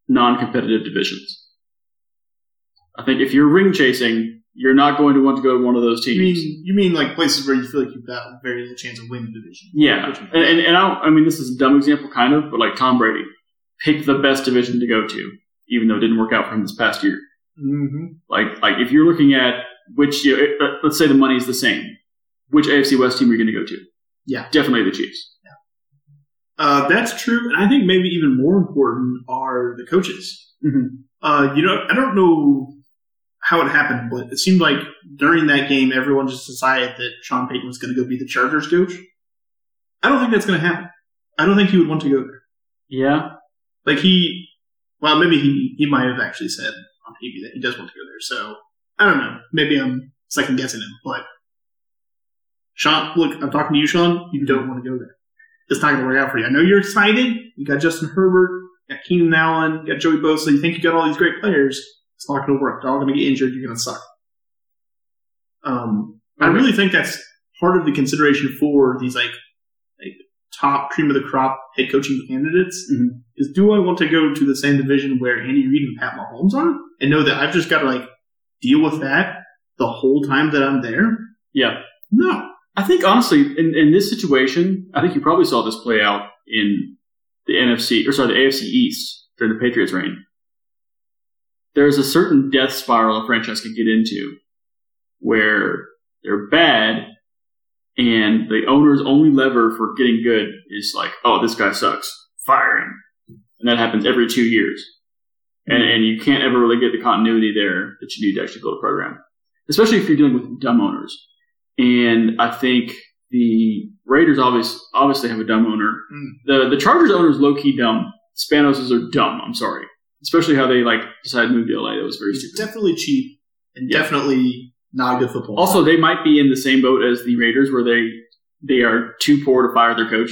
Speaker 3: non-competitive divisions. I think if you're ring chasing, you're not going to want to go to one of those teams.
Speaker 2: You mean you mean like places where you feel like you've got very little chance of winning the division?
Speaker 3: yeah,
Speaker 2: Which-
Speaker 3: and and, and I, don't- I mean this is a dumb example, kind of, but like Tom Brady picked the best division to go to, even though it didn't work out for him this past year. Mm-hmm.
Speaker 2: Mhm.
Speaker 3: Like like if you're looking at which you know, uh, let's say the money's the same, which AFC West team are you going to go to?
Speaker 2: Yeah.
Speaker 3: definitely the Chiefs.
Speaker 2: Uh, that's true, and I think maybe even more important are the coaches.
Speaker 3: Mhm.
Speaker 2: Uh, you know, I don't know how it happened, but it seemed like during that game, everyone just decided that Sean Payton was going to go be the Chargers coach. I don't think that's going to happen. I don't think he would want to go there.
Speaker 3: Yeah,
Speaker 2: Like he, well, maybe he he might have actually said on TV that he does want to go there. So I don't know. Maybe I'm second guessing him, but Sean, look, I'm talking to you, Sean. You don't want to go there. It's not going to work out for you. I know you're excited. You got Justin Herbert, you got Keenan Allen, you got Joey Bosa. You think you got all these great players. It's not going to work. They're all going to get injured. You're going to suck. Um, I
Speaker 3: Okay.
Speaker 2: really think that's part of the consideration for these like, like top cream of the crop head coaching candidates
Speaker 3: Mhm.
Speaker 2: is do I want to go to the same division where Andy Reid and Pat Mahomes are and know that I've just got to like deal with that the whole time that I'm there?
Speaker 3: yeah.
Speaker 2: No.
Speaker 3: I think honestly, in in this situation, I think you probably saw this play out in the NFC or sorry, the AFC East during the Patriots' reign. there's a certain death spiral a franchise could get into where they're bad and the owner's only lever for getting good is like, oh, this guy sucks. Fire him. And that happens every two years. And, and you can't ever really get the continuity there that you need to actually build a program, especially if you're dealing with dumb owners. And I think the Raiders obviously obviously have a dumb owner.
Speaker 2: Mm.
Speaker 3: The the Chargers owner is low key dumb. Spanos's are dumb. I'm sorry, especially how they like decided to move to LA. That was very
Speaker 2: It's
Speaker 3: stupid.
Speaker 2: definitely cheap and
Speaker 3: Yeah.
Speaker 2: definitely not good football.
Speaker 3: Also, they might be in the same boat as the Raiders, where they they are too poor to fire their coach.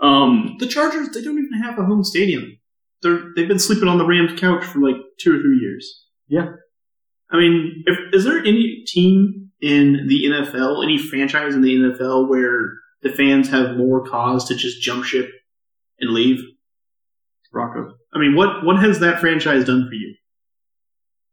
Speaker 3: Um,
Speaker 2: the Chargers they don't even have a home stadium. They're they've been sleeping on the Rams couch for like two or three years.
Speaker 3: Yeah.
Speaker 2: I mean, if, is there any team in the NFL, any franchise in the NFL where the fans have more cause to just jump ship and leave?
Speaker 3: Rocco.
Speaker 2: I mean, what what has that franchise done for you?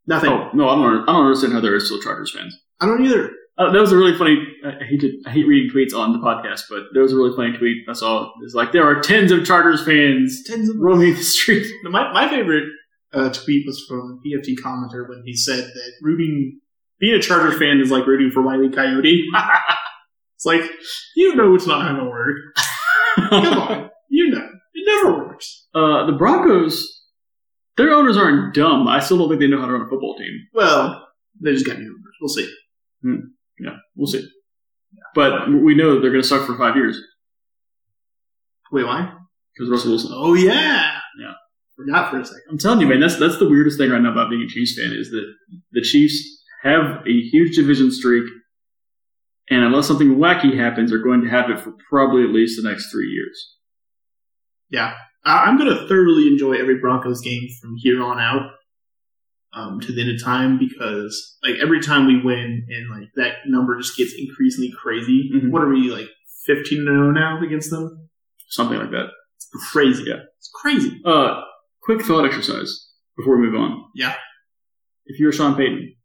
Speaker 2: Nothing.
Speaker 3: Oh no, I don't. I don't understand how there are still Chargers fans.
Speaker 2: I don't either.
Speaker 3: Uh, that was a really funny. I hate to, I hate reading tweets on the podcast, but there was a really funny tweet I saw. It's like there are tens of Chargers fans
Speaker 2: Tens of
Speaker 3: roaming the streets.
Speaker 2: No, My, my favorite uh, tweet was from PFT commenter when he said that rooting being a Charger fan is like rooting for Wiley Coyote. it's like you know it's not going to work. Come on, you know it never works.
Speaker 3: Uh, the Broncos, their owners aren't dumb. I still don't think they know how to run a football team.
Speaker 2: Well, they just got new owners. We'll see.
Speaker 3: Yeah, we'll see. But we know that they're going to suck for five years
Speaker 2: Wait, why?
Speaker 3: because Russell Wilson.
Speaker 2: Oh yeah,
Speaker 3: Yeah.
Speaker 2: Forgot for a second.
Speaker 3: I'm telling you, man, that's that's the weirdest thing right now about being a Chiefs fan is that the Chiefs have a huge division streak, and unless something wacky happens, they're going to have it for probably at least the next three years.
Speaker 2: I, I'm going to thoroughly enjoy every Broncos game from here on out. Um, to the end of time because like every time we win and like that number just gets increasingly crazy.
Speaker 3: Mhm.
Speaker 2: What are we like fifteen zero now against them?
Speaker 3: Something like that.
Speaker 2: crazy.
Speaker 3: Yeah.
Speaker 2: It's crazy.
Speaker 3: Uh, quick thought exercise before we move on.
Speaker 2: Yeah.
Speaker 3: If you're Sean Payton,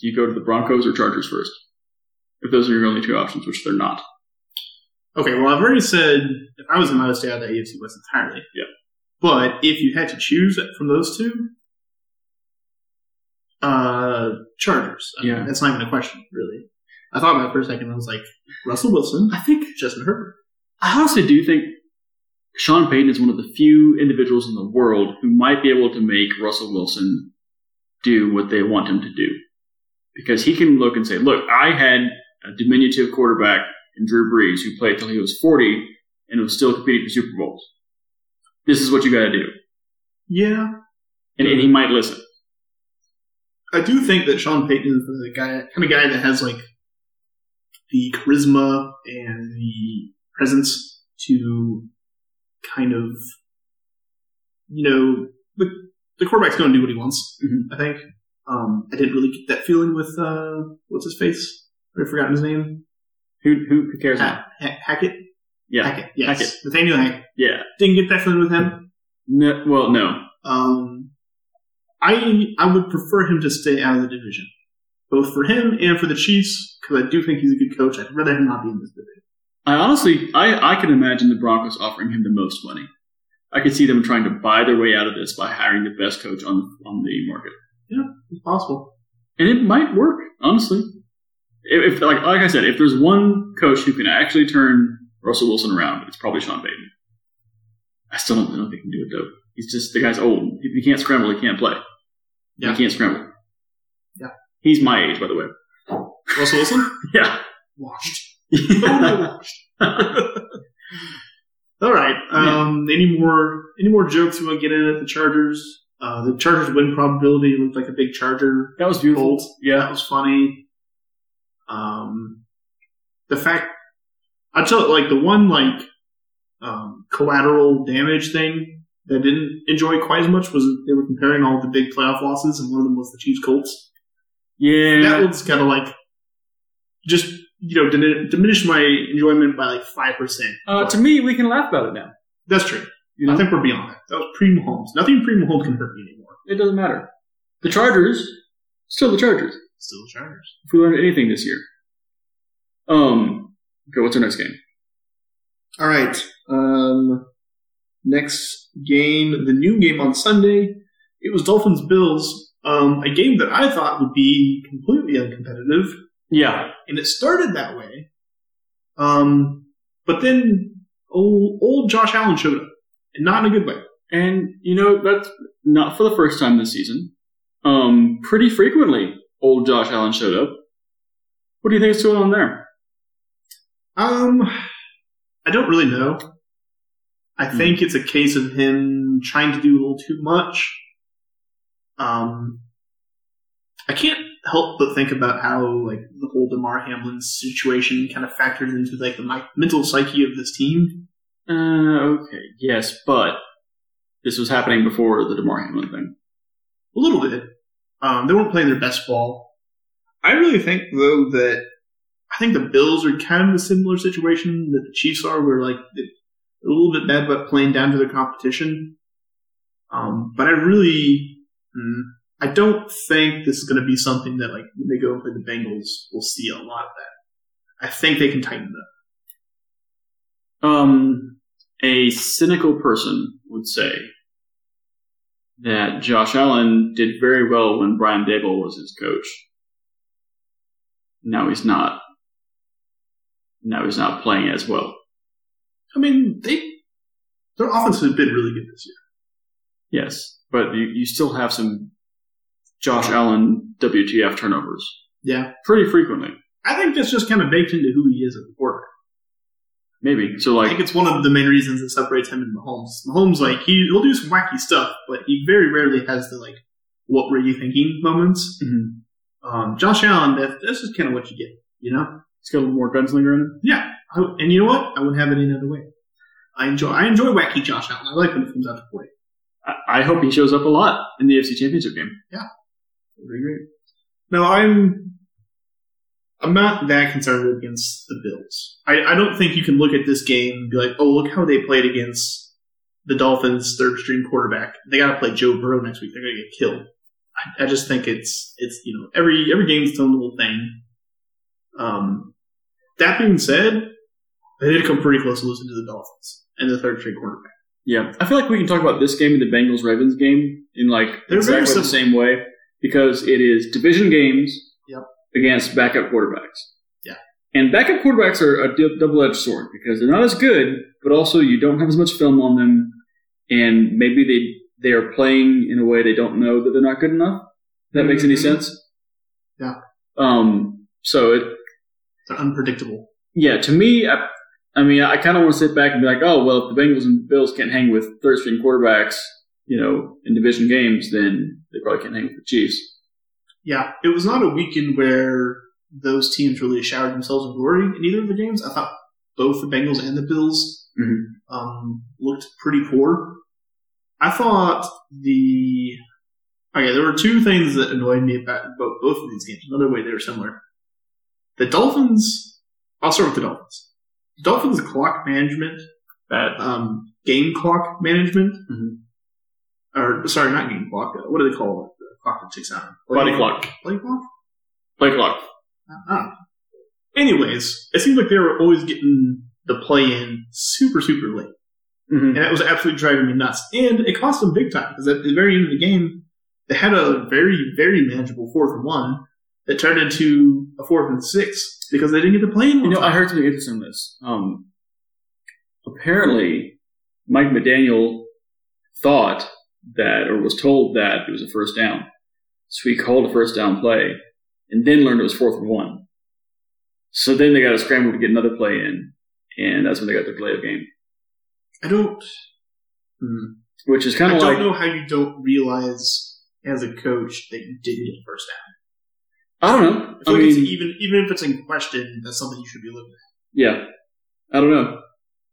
Speaker 3: do you go to the Broncos or Chargers first? If those are your only two options, which they're not.
Speaker 2: Okay, well, I've already said if I was in my stay out of the AFC West entirely.
Speaker 3: Yeah.
Speaker 2: But if you had to choose from those two, uh, Chargers. I mean,
Speaker 3: Yeah.
Speaker 2: That's not even a question, really. I thought about it for a second. I was like, Russell Wilson,
Speaker 3: I think
Speaker 2: Justin Herbert.
Speaker 3: I honestly do think Sean Payton is one of the few individuals in the world who might be able to make Russell Wilson do what they want him to do. Because he can look and say, look, I had a diminutive quarterback in Drew Brees who played till he was 40 and was still competing for Super Bowls. This is what you got to do.
Speaker 2: Yeah.
Speaker 3: And, and he might listen.
Speaker 2: I do think that Sean Payton is the guy, kind of guy that has like the charisma and the presence to kind of, you know, the, the quarterback's going to do what he wants.
Speaker 3: Mhm.
Speaker 2: I think. Um, I didn't really get that feeling with uh, what's his face. I've forgotten his name.
Speaker 3: Who, who, who cares? now?
Speaker 2: Ha- ha- Hackett.
Speaker 3: Yeah.
Speaker 2: Hackett. Yes.
Speaker 3: Hackett.
Speaker 2: Nathaniel Hackett.
Speaker 3: Yeah.
Speaker 2: Didn't get that feeling with him.
Speaker 3: No, well, no.
Speaker 2: Um, I I would prefer him to stay out of the division, both for him and for the Chiefs, because I do think he's a good coach. I'd rather him not be in this division.
Speaker 3: I honestly, I, I can imagine the Broncos offering him the most money. I could see them trying to buy their way out of this by hiring the best coach on on the market,
Speaker 2: It's possible.
Speaker 3: and it might work. Honestly, if, if like like I said, if there's one coach who can actually turn Russell Wilson around, it's probably Sean Payton. I still don't, I don't think he can do it though. He's just the guy's old. If he can't scramble, he can't play.
Speaker 2: Yeah.
Speaker 3: He can't scramble.
Speaker 2: Yeah.
Speaker 3: He's my age, by the way.
Speaker 2: Russell Wilson
Speaker 3: Yeah.
Speaker 2: washed. Totally washed. All right. Um, Any more any more jokes you want to get in at the Chargers? Uh, the Chargers win probability looked like a big Charger
Speaker 3: that was beautiful.
Speaker 2: bolt. Yeah, that was funny. Um, the fact I tell like the one like um, collateral damage thing that I didn't enjoy quite as much was they were comparing all the big playoff losses, and one of them was the Chiefs Colts
Speaker 3: Yeah.
Speaker 2: that one's kind of like just you know dimin- diminish my enjoyment by like five percent.
Speaker 3: uh, to me, we can laugh about it now.
Speaker 2: That's true.
Speaker 3: You know?
Speaker 2: I think we're beyond that. That was pre Mahomes. Nothing pre Mahomes can hurt me anymore.
Speaker 3: It doesn't matter. The Chargers, still the Chargers.
Speaker 2: Still the Chargers.
Speaker 3: If we learned anything this year, um, okay, what's our next game?
Speaker 2: All right. Um, next game, the noon game on Sunday It was Dolphins Bills, um, a game that I thought would be completely uncompetitive,
Speaker 3: Yeah.
Speaker 2: and it started that way. Um, but then old, old Josh Allen showed up, and not in a good way.
Speaker 3: And, you know, that's not for the first time this season. Um, pretty frequently, old Josh Allen showed up. What do you think is going on there?
Speaker 2: Um, I don't really know. I
Speaker 3: Hmm.
Speaker 2: think it's a case of him trying to do a little too much. Um, I can't help but think about how like the whole Demar Hamlin situation kind of factors into like the mi- mental psyche of this team.
Speaker 3: Uh, okay. Yes, but this was happening before the DeMar Hamlin thing.
Speaker 2: A little bit. Um, they weren't playing their best ball. I really think though that I think the Bills are kind of a similar situation that the Chiefs are, where like they're a little bit bad about playing down to their competition. Um, but I really, mm, I don't think this is going to be something that like when they go and play the Bengals, we'll see a lot of that. I think they can tighten it up.
Speaker 3: Um, a cynical person would say that Josh Allen did very well when Brian Dable was his coach. Now he's not. Now he's not playing as well.
Speaker 2: I mean, they their offense has been really good this year.
Speaker 3: Yes, but you, you still have some Josh Allen WTF turnovers
Speaker 2: Yeah,
Speaker 3: pretty frequently.
Speaker 2: I think that's just kind of baked into who he is as a quarterback.
Speaker 3: Maybe so.
Speaker 2: I
Speaker 3: Like
Speaker 2: think it's one of the main reasons that separates him and Mahomes. Mahomes, like, he, he'll do some wacky stuff, but he very rarely has the, like, what were you thinking moments.
Speaker 3: mhm,
Speaker 2: Um, Josh Allen, that, that's just kind of what you get, you know?
Speaker 3: he's got a little more gunslinger in him.
Speaker 2: I, and you know what? I wouldn't have it any other way. I enjoy I enjoy wacky Josh Allen. I like when he comes out to play.
Speaker 3: I, I hope he shows up a lot in the AFC Championship game.
Speaker 2: Very great. No, I'm I'm not that concerned against the Bills. I, I don't think you can look at this game and be like, oh, look how they played against the Dolphins' third string quarterback. They got to play Joe Burrow next week. They're going to get killed. I, I just think it's it's you know every every game's its own little thing. Um, that being said, they did come pretty close to losing to the Dolphins and the third string quarterback.
Speaker 3: Yeah, I feel like we can talk about this game and the Bengals Ravens game in like
Speaker 2: They're very similar.
Speaker 3: exactly the same way because it is division games
Speaker 2: Yep.
Speaker 3: against backup quarterbacks.
Speaker 2: Yeah.
Speaker 3: and backup quarterbacks are a double edged sword because they're not as good, but also you don't have as much film on them, and maybe they they are playing in a way they don't know that they're not good enough. If that makes any
Speaker 2: Mhm.
Speaker 3: sense?
Speaker 2: Yeah.
Speaker 3: Um. So it
Speaker 2: They're unpredictable.
Speaker 3: yeah, to me, I, I mean, I kind of want to sit back and be like, oh, well, if the Bengals and Bills can't hang with third string quarterbacks, you know, in division games, then they probably can't hang with the Chiefs.
Speaker 2: Yeah, it was not a weekend where those teams really showered themselves with glory in either of the games. I thought both the Bengals and the Bills
Speaker 3: Mhm.
Speaker 2: um, looked pretty poor. I thought the okay, there were two things that annoyed me about about both of these games. Another way they were similar. The Dolphins. I'll start with the Dolphins. Dolphins clock management,
Speaker 3: Bad.
Speaker 2: um, game clock management,
Speaker 3: Mhm. Mm-hmm.
Speaker 2: or sorry, not game clock. uh, What do they call it? The clock that ticks out.
Speaker 3: Body clock.
Speaker 2: Play clock.
Speaker 3: Play clock.
Speaker 2: Ah. Anyways, it seems like they were always getting the play in super, super late.
Speaker 3: Mm-hmm.
Speaker 2: And that was absolutely driving me nuts. And it cost them big time because at the very end of the game, they had a very, very manageable fourth and one that turned into a fourth and six because they didn't get the play in.
Speaker 3: You
Speaker 2: on
Speaker 3: know, I
Speaker 2: time.
Speaker 3: heard something interesting on this. Um, apparently, Mike McDaniel thought that, or was told that it was a first down. So he called a first down play and then learned it was fourth and one. So then they got to scramble to get another play in, and that's when they got their play of game,
Speaker 2: I don't. Hmm.
Speaker 3: which is
Speaker 2: I
Speaker 3: kind of
Speaker 2: don't
Speaker 3: like
Speaker 2: know how you don't realize as a coach that you didn't get the first down.
Speaker 3: I don't know.
Speaker 2: I
Speaker 3: I,
Speaker 2: feel like
Speaker 3: mean,
Speaker 2: it's even even if it's in question, that's something you should be looking
Speaker 3: yeah, I don't know.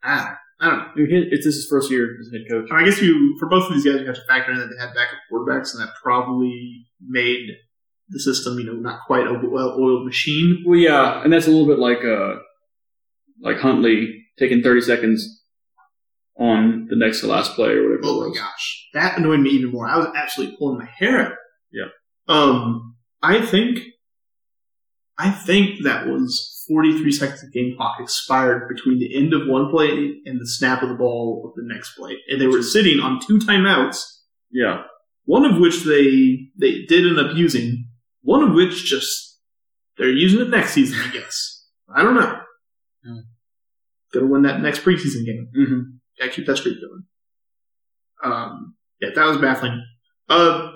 Speaker 2: at. I don't know. Ah, I don't know.
Speaker 3: I mean, he- it's this is his first year as head coach.
Speaker 2: I guess you, for both of these guys, you have to factor in that they had backup quarterbacks, and that probably made the system, you know, not quite a well-oiled machine.
Speaker 3: Well, yeah, and that's a little bit like uh, like Huntley taking thirty seconds on the next to last play or whatever.
Speaker 2: Oh
Speaker 3: it
Speaker 2: my
Speaker 3: was.
Speaker 2: gosh, that annoyed me even more. I was absolutely pulling my hair out.
Speaker 3: Yeah.
Speaker 2: Um, I think, I think that was 43 seconds of game clock expired between the end of one play and the snap of the ball of the next play, and they were sitting on two timeouts
Speaker 3: Yeah,
Speaker 2: One of which they they did end up using. One of which just they're using it next season, I guess. I don't know.
Speaker 3: Hmm.
Speaker 2: Gonna win that next preseason game.
Speaker 3: Mm-hmm.
Speaker 2: Yeah, keep that streak going. Um, yeah, that was baffling. Uh,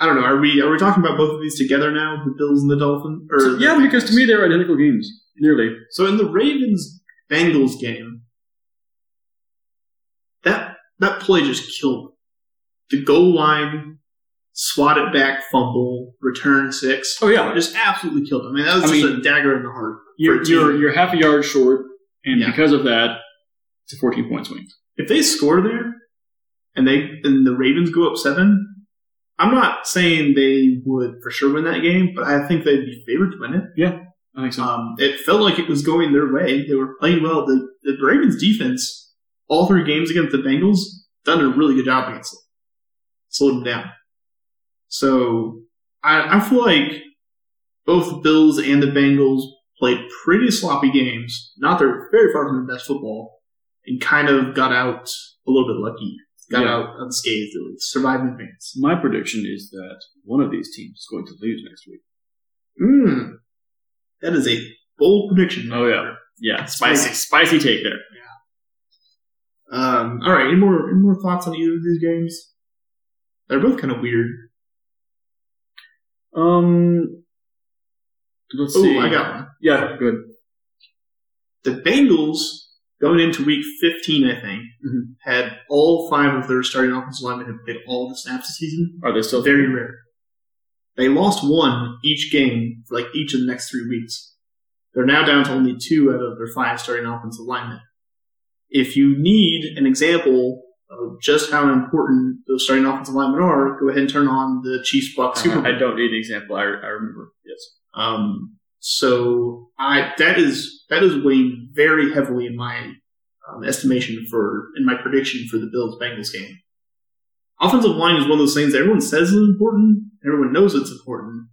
Speaker 2: I don't know. Are we are we talking about both of these together now? The Bills and the Dolphins? Or the
Speaker 3: yeah, because to
Speaker 2: Bengals?
Speaker 3: me they're identical games, nearly.
Speaker 2: So in the Ravens Bengals game, that that play just killed me. The goal line, swat it back, fumble, return six,
Speaker 3: Oh yeah,
Speaker 2: just absolutely killed. Them. I mean, that was
Speaker 3: I
Speaker 2: just
Speaker 3: mean,
Speaker 2: a dagger in the heart. for
Speaker 3: you're
Speaker 2: a team.
Speaker 3: you're, you're half a yard short, and
Speaker 2: Yeah.
Speaker 3: because of that, it's a 14 point swing.
Speaker 2: if they score there and they and the Ravens go up seven, I'm not saying they would for sure win that game, but I think they'd be favored to win it.
Speaker 3: I think so.
Speaker 2: Um, it felt like it was going their way. They were playing well. The, the Ravens defense, all three games against the Bengals, done a really good job against them. Slowed them down. So I, I feel like both the Bills and the Bengals played pretty sloppy games. Not their very far from their best football, and kind of got out a little bit lucky. Got
Speaker 3: Yeah.
Speaker 2: out unscathed, at least. survived in advance.
Speaker 3: My prediction is that one of these teams is going to lose next week.
Speaker 2: Mm. That is a bold prediction.
Speaker 3: Oh, yeah. Yeah, spicy, spicy take there.
Speaker 2: Um, all right. Any more? Any more thoughts on either of these games? They're both kind of weird.
Speaker 3: Um, let's see.
Speaker 2: Oh, I got one.
Speaker 3: yeah, good.
Speaker 2: The Bengals going into Week 15, I think,
Speaker 3: Mhm.
Speaker 2: had all five of their starting offensive linemen have played all the snaps this season.
Speaker 3: Are they still
Speaker 2: Very rare. They lost one each game for like each of the next three weeks. They're now down to only two out of their five starting offensive linemen. If you need an example of just how important those starting offensive linemen are, go ahead and turn on the Chiefs Bucks Super
Speaker 3: Uh,
Speaker 2: Bowl.
Speaker 3: I don't need an example. I, I remember. Yes.
Speaker 2: Um, so I that is that is weighing very heavily in my um, estimation for in my prediction for the Bills Bengals game. Offensive line is one of those things that everyone says is important, everyone knows it's important,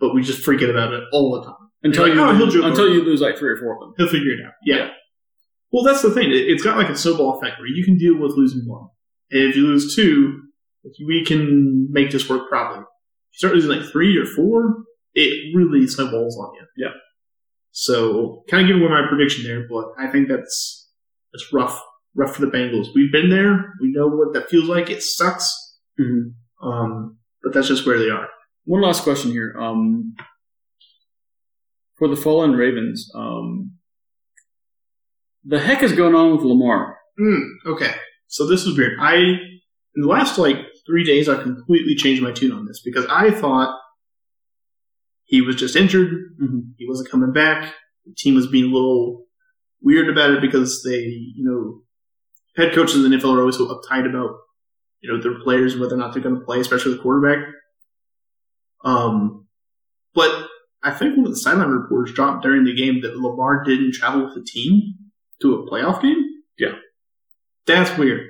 Speaker 2: but we just forget about it all the time.
Speaker 3: Until
Speaker 2: You're
Speaker 3: you
Speaker 2: like, "Oh, he'll
Speaker 3: lose,
Speaker 2: jump
Speaker 3: until
Speaker 2: over."
Speaker 3: you lose like three or four of them.
Speaker 2: He'll figure it out. Yeah. Well, that's the thing. It, it's got like a snowball effect where you can deal with losing one, and if you lose two, we can make this work properly. If you start losing like three or four, it really snowballs on you.
Speaker 3: Yeah.
Speaker 2: So, kind of giving away my prediction there, but I think that's that's rough, rough for the Bengals. We've been there. We know what that feels like. It sucks.
Speaker 3: Mhm.
Speaker 2: Um, but that's just where they are.
Speaker 3: One last question here. Um, for the fallen Ravens, um, the heck is going on with Lamar?
Speaker 2: Mm, okay. So this is weird. I in the last like three days, I completely changed my tune on this because I thought he was just injured.
Speaker 3: Mhm.
Speaker 2: He wasn't coming back. The team was being a little weird about it because they, you know, head coaches in the NFL are always so uptight about you know their players and whether or not they're going to play, especially the quarterback. Um, but I think one of the sideline reporters dropped during the game that Lamar didn't travel with the team to a playoff game.
Speaker 3: Yeah.
Speaker 2: That's weird.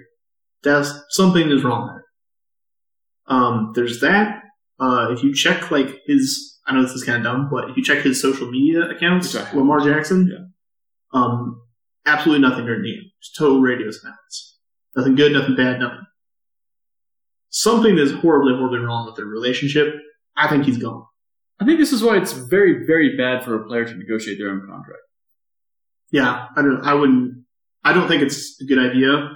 Speaker 2: That's something is wrong there. Um, there's that. Uh, if you check like his, I know this is kind of dumb, but if you check his social media accounts,
Speaker 3: Which I have.
Speaker 2: Lamar Jackson,
Speaker 3: Yeah.
Speaker 2: um, absolutely nothing during the game. Just total radio silence. Nothing good, nothing bad, nothing. Something is horribly, horribly wrong with their relationship. I think he's gone.
Speaker 3: I think this is why it's very, very bad for a player to negotiate their own contract.
Speaker 2: Yeah, I don't. I wouldn't. I don't think it's a good idea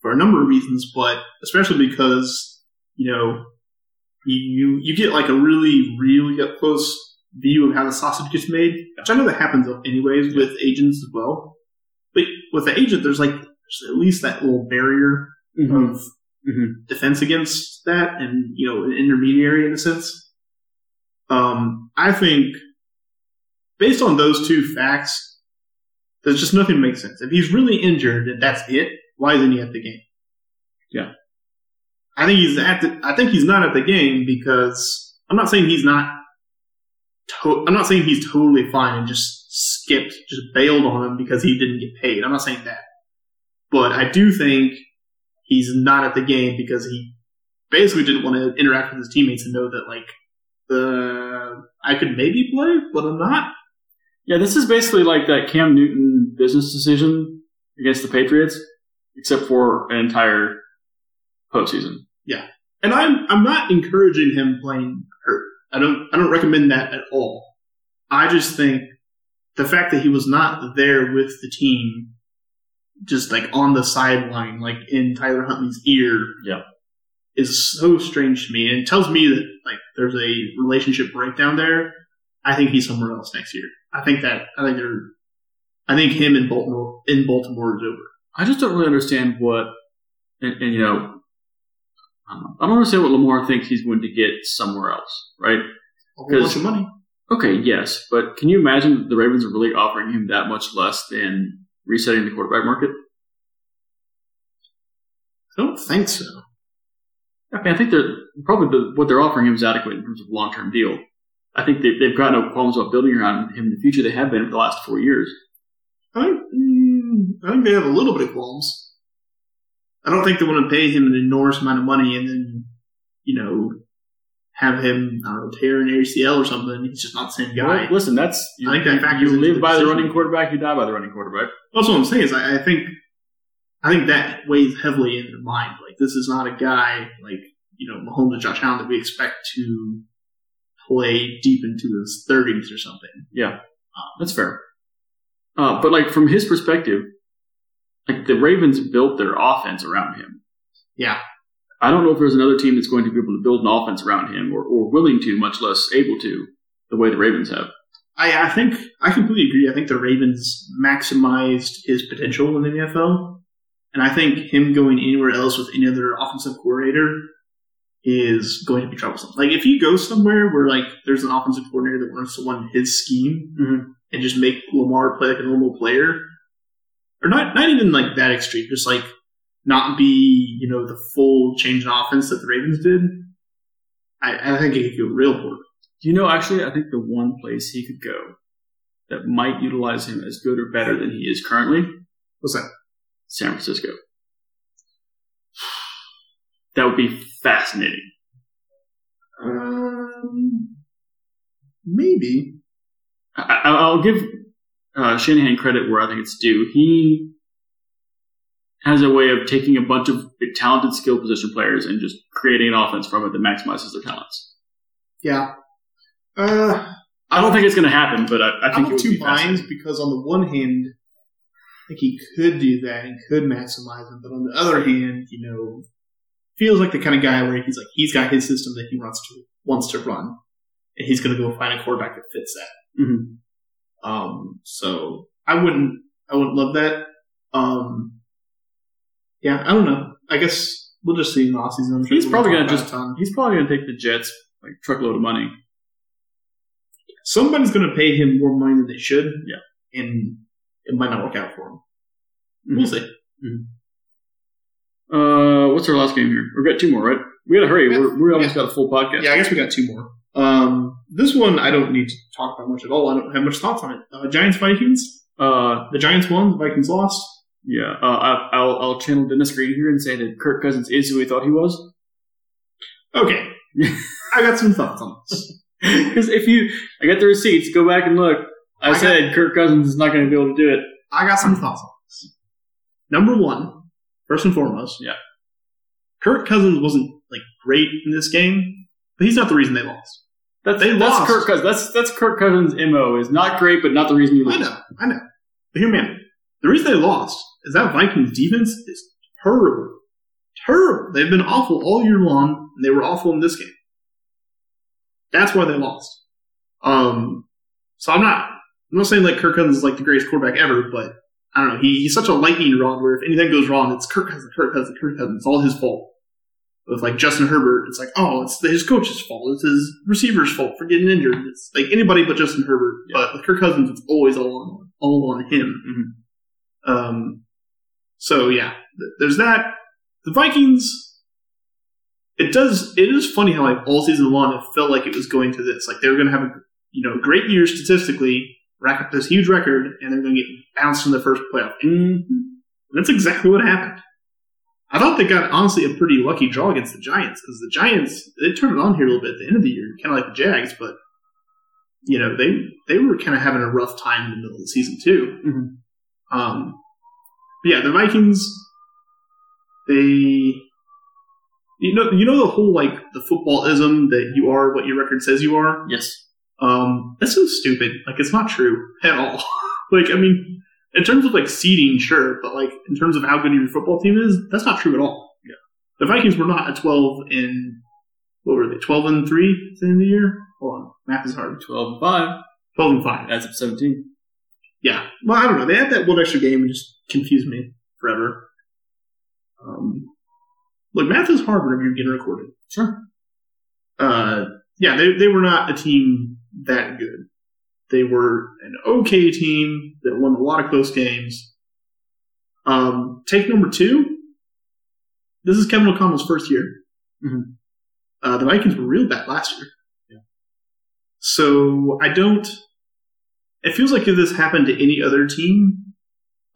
Speaker 2: for a number of reasons, but especially because you know you you, you get like a really really up close view of how the sausage gets made, which I know that happens anyways with agents as well. But with the agent, there's like there's at least that little barrier of
Speaker 3: Mhm.
Speaker 2: defense against that, and you know, an intermediary in a sense. Um, I think based on those two facts, there's just nothing makes sense. If he's really injured and that's it, why isn't he at the game?
Speaker 3: Yeah.
Speaker 2: I think he's at. The, I think he's not at the game because I'm not saying he's not. To- I'm not saying he's totally fine and just skipped, just bailed on him because he didn't get paid. I'm not saying that, but I do think he's not at the game because he basically didn't want to interact with his teammates and know that like the I could maybe play, but I'm not.
Speaker 3: Yeah, this is basically like that Cam Newton business decision against the Patriots, except for an entire postseason.
Speaker 2: Yeah. And I'm I'm not encouraging him playing her. I don't I don't recommend that at all. I just think the fact that he was not there with the team, just like on the sideline, like in Tyler Huntley's ear,
Speaker 3: Yeah.
Speaker 2: is so strange to me, and it tells me that like there's a relationship breakdown there. I think he's somewhere else next year. I think that I think they're, I think him in Baltimore in Baltimore is over.
Speaker 3: I just don't really understand what, and, and you know, I don't, know. I don't understand what Lamar thinks he's going to get somewhere else, right?
Speaker 2: A whole
Speaker 3: 'Cause-
Speaker 2: bunch of money.
Speaker 3: Okay, yes, but can you imagine the Ravens are really offering him that much less than resetting the quarterback market?
Speaker 2: I don't think so.
Speaker 3: I mean, I think they're probably the, what they're offering him is adequate in terms of long term deal. I think they, they've got no qualms about building around him in the future. They have been for the last four years.
Speaker 2: I think, mm, I think they have a little bit of qualms. I don't think they want to pay him an enormous amount of money and then, you know, have him I don't know, tear an ACL or something. He's just not the same guy.
Speaker 3: Well, listen, that's you,
Speaker 2: I think that factors
Speaker 3: you
Speaker 2: into
Speaker 3: live
Speaker 2: the
Speaker 3: by the
Speaker 2: decision.
Speaker 3: running quarterback, you die by the running quarterback.
Speaker 2: That's what I'm saying is I, I think I think that weighs heavily in their mind. Like this is not a guy like you know Mahomes and Josh Allen that we expect to play deep into his 30s or something.
Speaker 3: That's fair. Uh, but like from his perspective, like the Ravens built their offense around him.
Speaker 2: Yeah.
Speaker 3: I don't know if there's another team that's going to be able to build an offense around him or, or willing to, much less able to, the way the Ravens have.
Speaker 2: I, I think I completely agree. I think the Ravens maximized his potential in the NFL, and I think him going anywhere else with any other offensive coordinator is going to be troublesome. Like if he goes somewhere where like there's an offensive coordinator that wants to run his scheme and just make Lamar play like a normal player, or not not even like that extreme, just like not be you know the full change in offense that the Ravens did. I, I think it could go real poor.
Speaker 3: You know, actually, I think the one place he could go that might utilize him as good or better than he is currently,
Speaker 2: What's that?
Speaker 3: San Francisco. That would be fascinating.
Speaker 2: Um, maybe.
Speaker 3: I, I- I'll give uh, Shanahan credit where I think it's due. He has a way of taking a bunch of talented skill position players and just creating an offense from it that maximizes their talents.
Speaker 2: Yeah. Uh,
Speaker 3: I don't think it's going to happen, but I, I
Speaker 2: I'm
Speaker 3: think it
Speaker 2: of
Speaker 3: would
Speaker 2: two
Speaker 3: be
Speaker 2: minds
Speaker 3: fascinating.
Speaker 2: because on the one hand, I think he could do that and could maximize him, but on the other hand, you know, feels like the kind of guy where he's like he's got his system that he wants to wants to run, and he's going to go find a quarterback that fits that.
Speaker 3: Mhm.
Speaker 2: Um, so I wouldn't, I wouldn't love that. Um, yeah, I don't know. I guess we'll just see in the offseason. I'm sure
Speaker 3: He's
Speaker 2: we'll
Speaker 3: probably
Speaker 2: talk
Speaker 3: gonna
Speaker 2: about
Speaker 3: just-
Speaker 2: it a ton.
Speaker 3: He's probably going to take the Jets like truckload of money.
Speaker 2: somebody's going to pay him more money than they should.
Speaker 3: Yeah.
Speaker 2: and it might not work out for him.
Speaker 3: Mhm.
Speaker 2: We'll see.
Speaker 3: Uh, what's our last game here? We've got two more, right? We gotta hurry. We're, we almost got a full podcast.
Speaker 2: Yeah, I guess we got two more. Um, this one I don't need to talk about much at all. I don't have much thoughts on it. Uh, Giants Vikings.
Speaker 3: Uh,
Speaker 2: The Giants won. The Vikings lost.
Speaker 3: yeah. Uh, I, I'll I'll channel Dennis Green here and say that Kirk Cousins is who we thought he was.
Speaker 2: Okay, I got some thoughts on this.
Speaker 3: Because if you, I got the receipts. Go back and look. I,
Speaker 2: I got-
Speaker 3: said Kirk Cousins is not going to be able to do it.
Speaker 2: I got some thoughts on this. Number one, first and foremost,
Speaker 3: Yeah.
Speaker 2: Kirk Cousins wasn't like great in this game, but he's not the reason they lost.
Speaker 3: That's,
Speaker 2: They
Speaker 3: that's
Speaker 2: lost.
Speaker 3: Kirk Cousins. That's that's Kirk Cousins' mo. Is not great, but not the reason you
Speaker 2: I
Speaker 3: lose.
Speaker 2: know, I know. But hear me out. The reason they lost is that Vikings defense is terrible. Terrible. They've been awful all year long, and they were awful in this game. That's why they lost. Um, so I'm not, I'm not saying like Kirk Cousins is like the greatest quarterback ever, but I don't know. He, he's such a lightning rod where if anything goes wrong, it's Kirk Cousins, Kirk Cousins, Kirk Cousins. It's all his fault. With like Justin Herbert, it's like, oh, it's his coach's fault. It's his receiver's fault for getting injured. It's like anybody but Justin Herbert. But with Kirk Cousins, it's always all on, all on him. Um, so yeah, th- there's that. The Vikings. It does. It is funny how like all season long, it felt like it was going to this. Like they were going to have a you know great year statistically, rack up this huge record, and they're going to get bounced in the first playoff. And that's exactly what happened. I thought they got honestly a pretty lucky draw against the Giants because the Giants they turned it on here a little bit at the end of the year, kind of like the Jags, but you know they they were kind of having a rough time in the middle of the season too.
Speaker 3: Mhm.
Speaker 2: Um, but yeah, the Vikings they You know, you know the whole like the footballism that you are what your record says you are.
Speaker 3: Yes.
Speaker 2: Um, that's so stupid. Like it's not true at all. like I mean, in terms of like seeding, sure, but like in terms of how good your football team is, that's not true at all. Yeah. The Vikings were not a twelve in what were they? Twelve and three at the end of the year. Hold on, math is hard.
Speaker 3: 12 5.
Speaker 2: Twelve and five.
Speaker 3: That's up 17.
Speaker 2: Yeah. Well, I don't know. They had that one extra game and just confused me forever. Um, look, math is hard whenever you're getting recorded.
Speaker 3: Sure.
Speaker 2: Uh, yeah, they, they were not a team that good. They were an okay team that won a lot of close games. Um, take number two. This is Kevin O'Connell's first year.
Speaker 3: Mhm.
Speaker 2: Uh, the Vikings were real bad last year. So I don't. It feels like if this happened to any other team,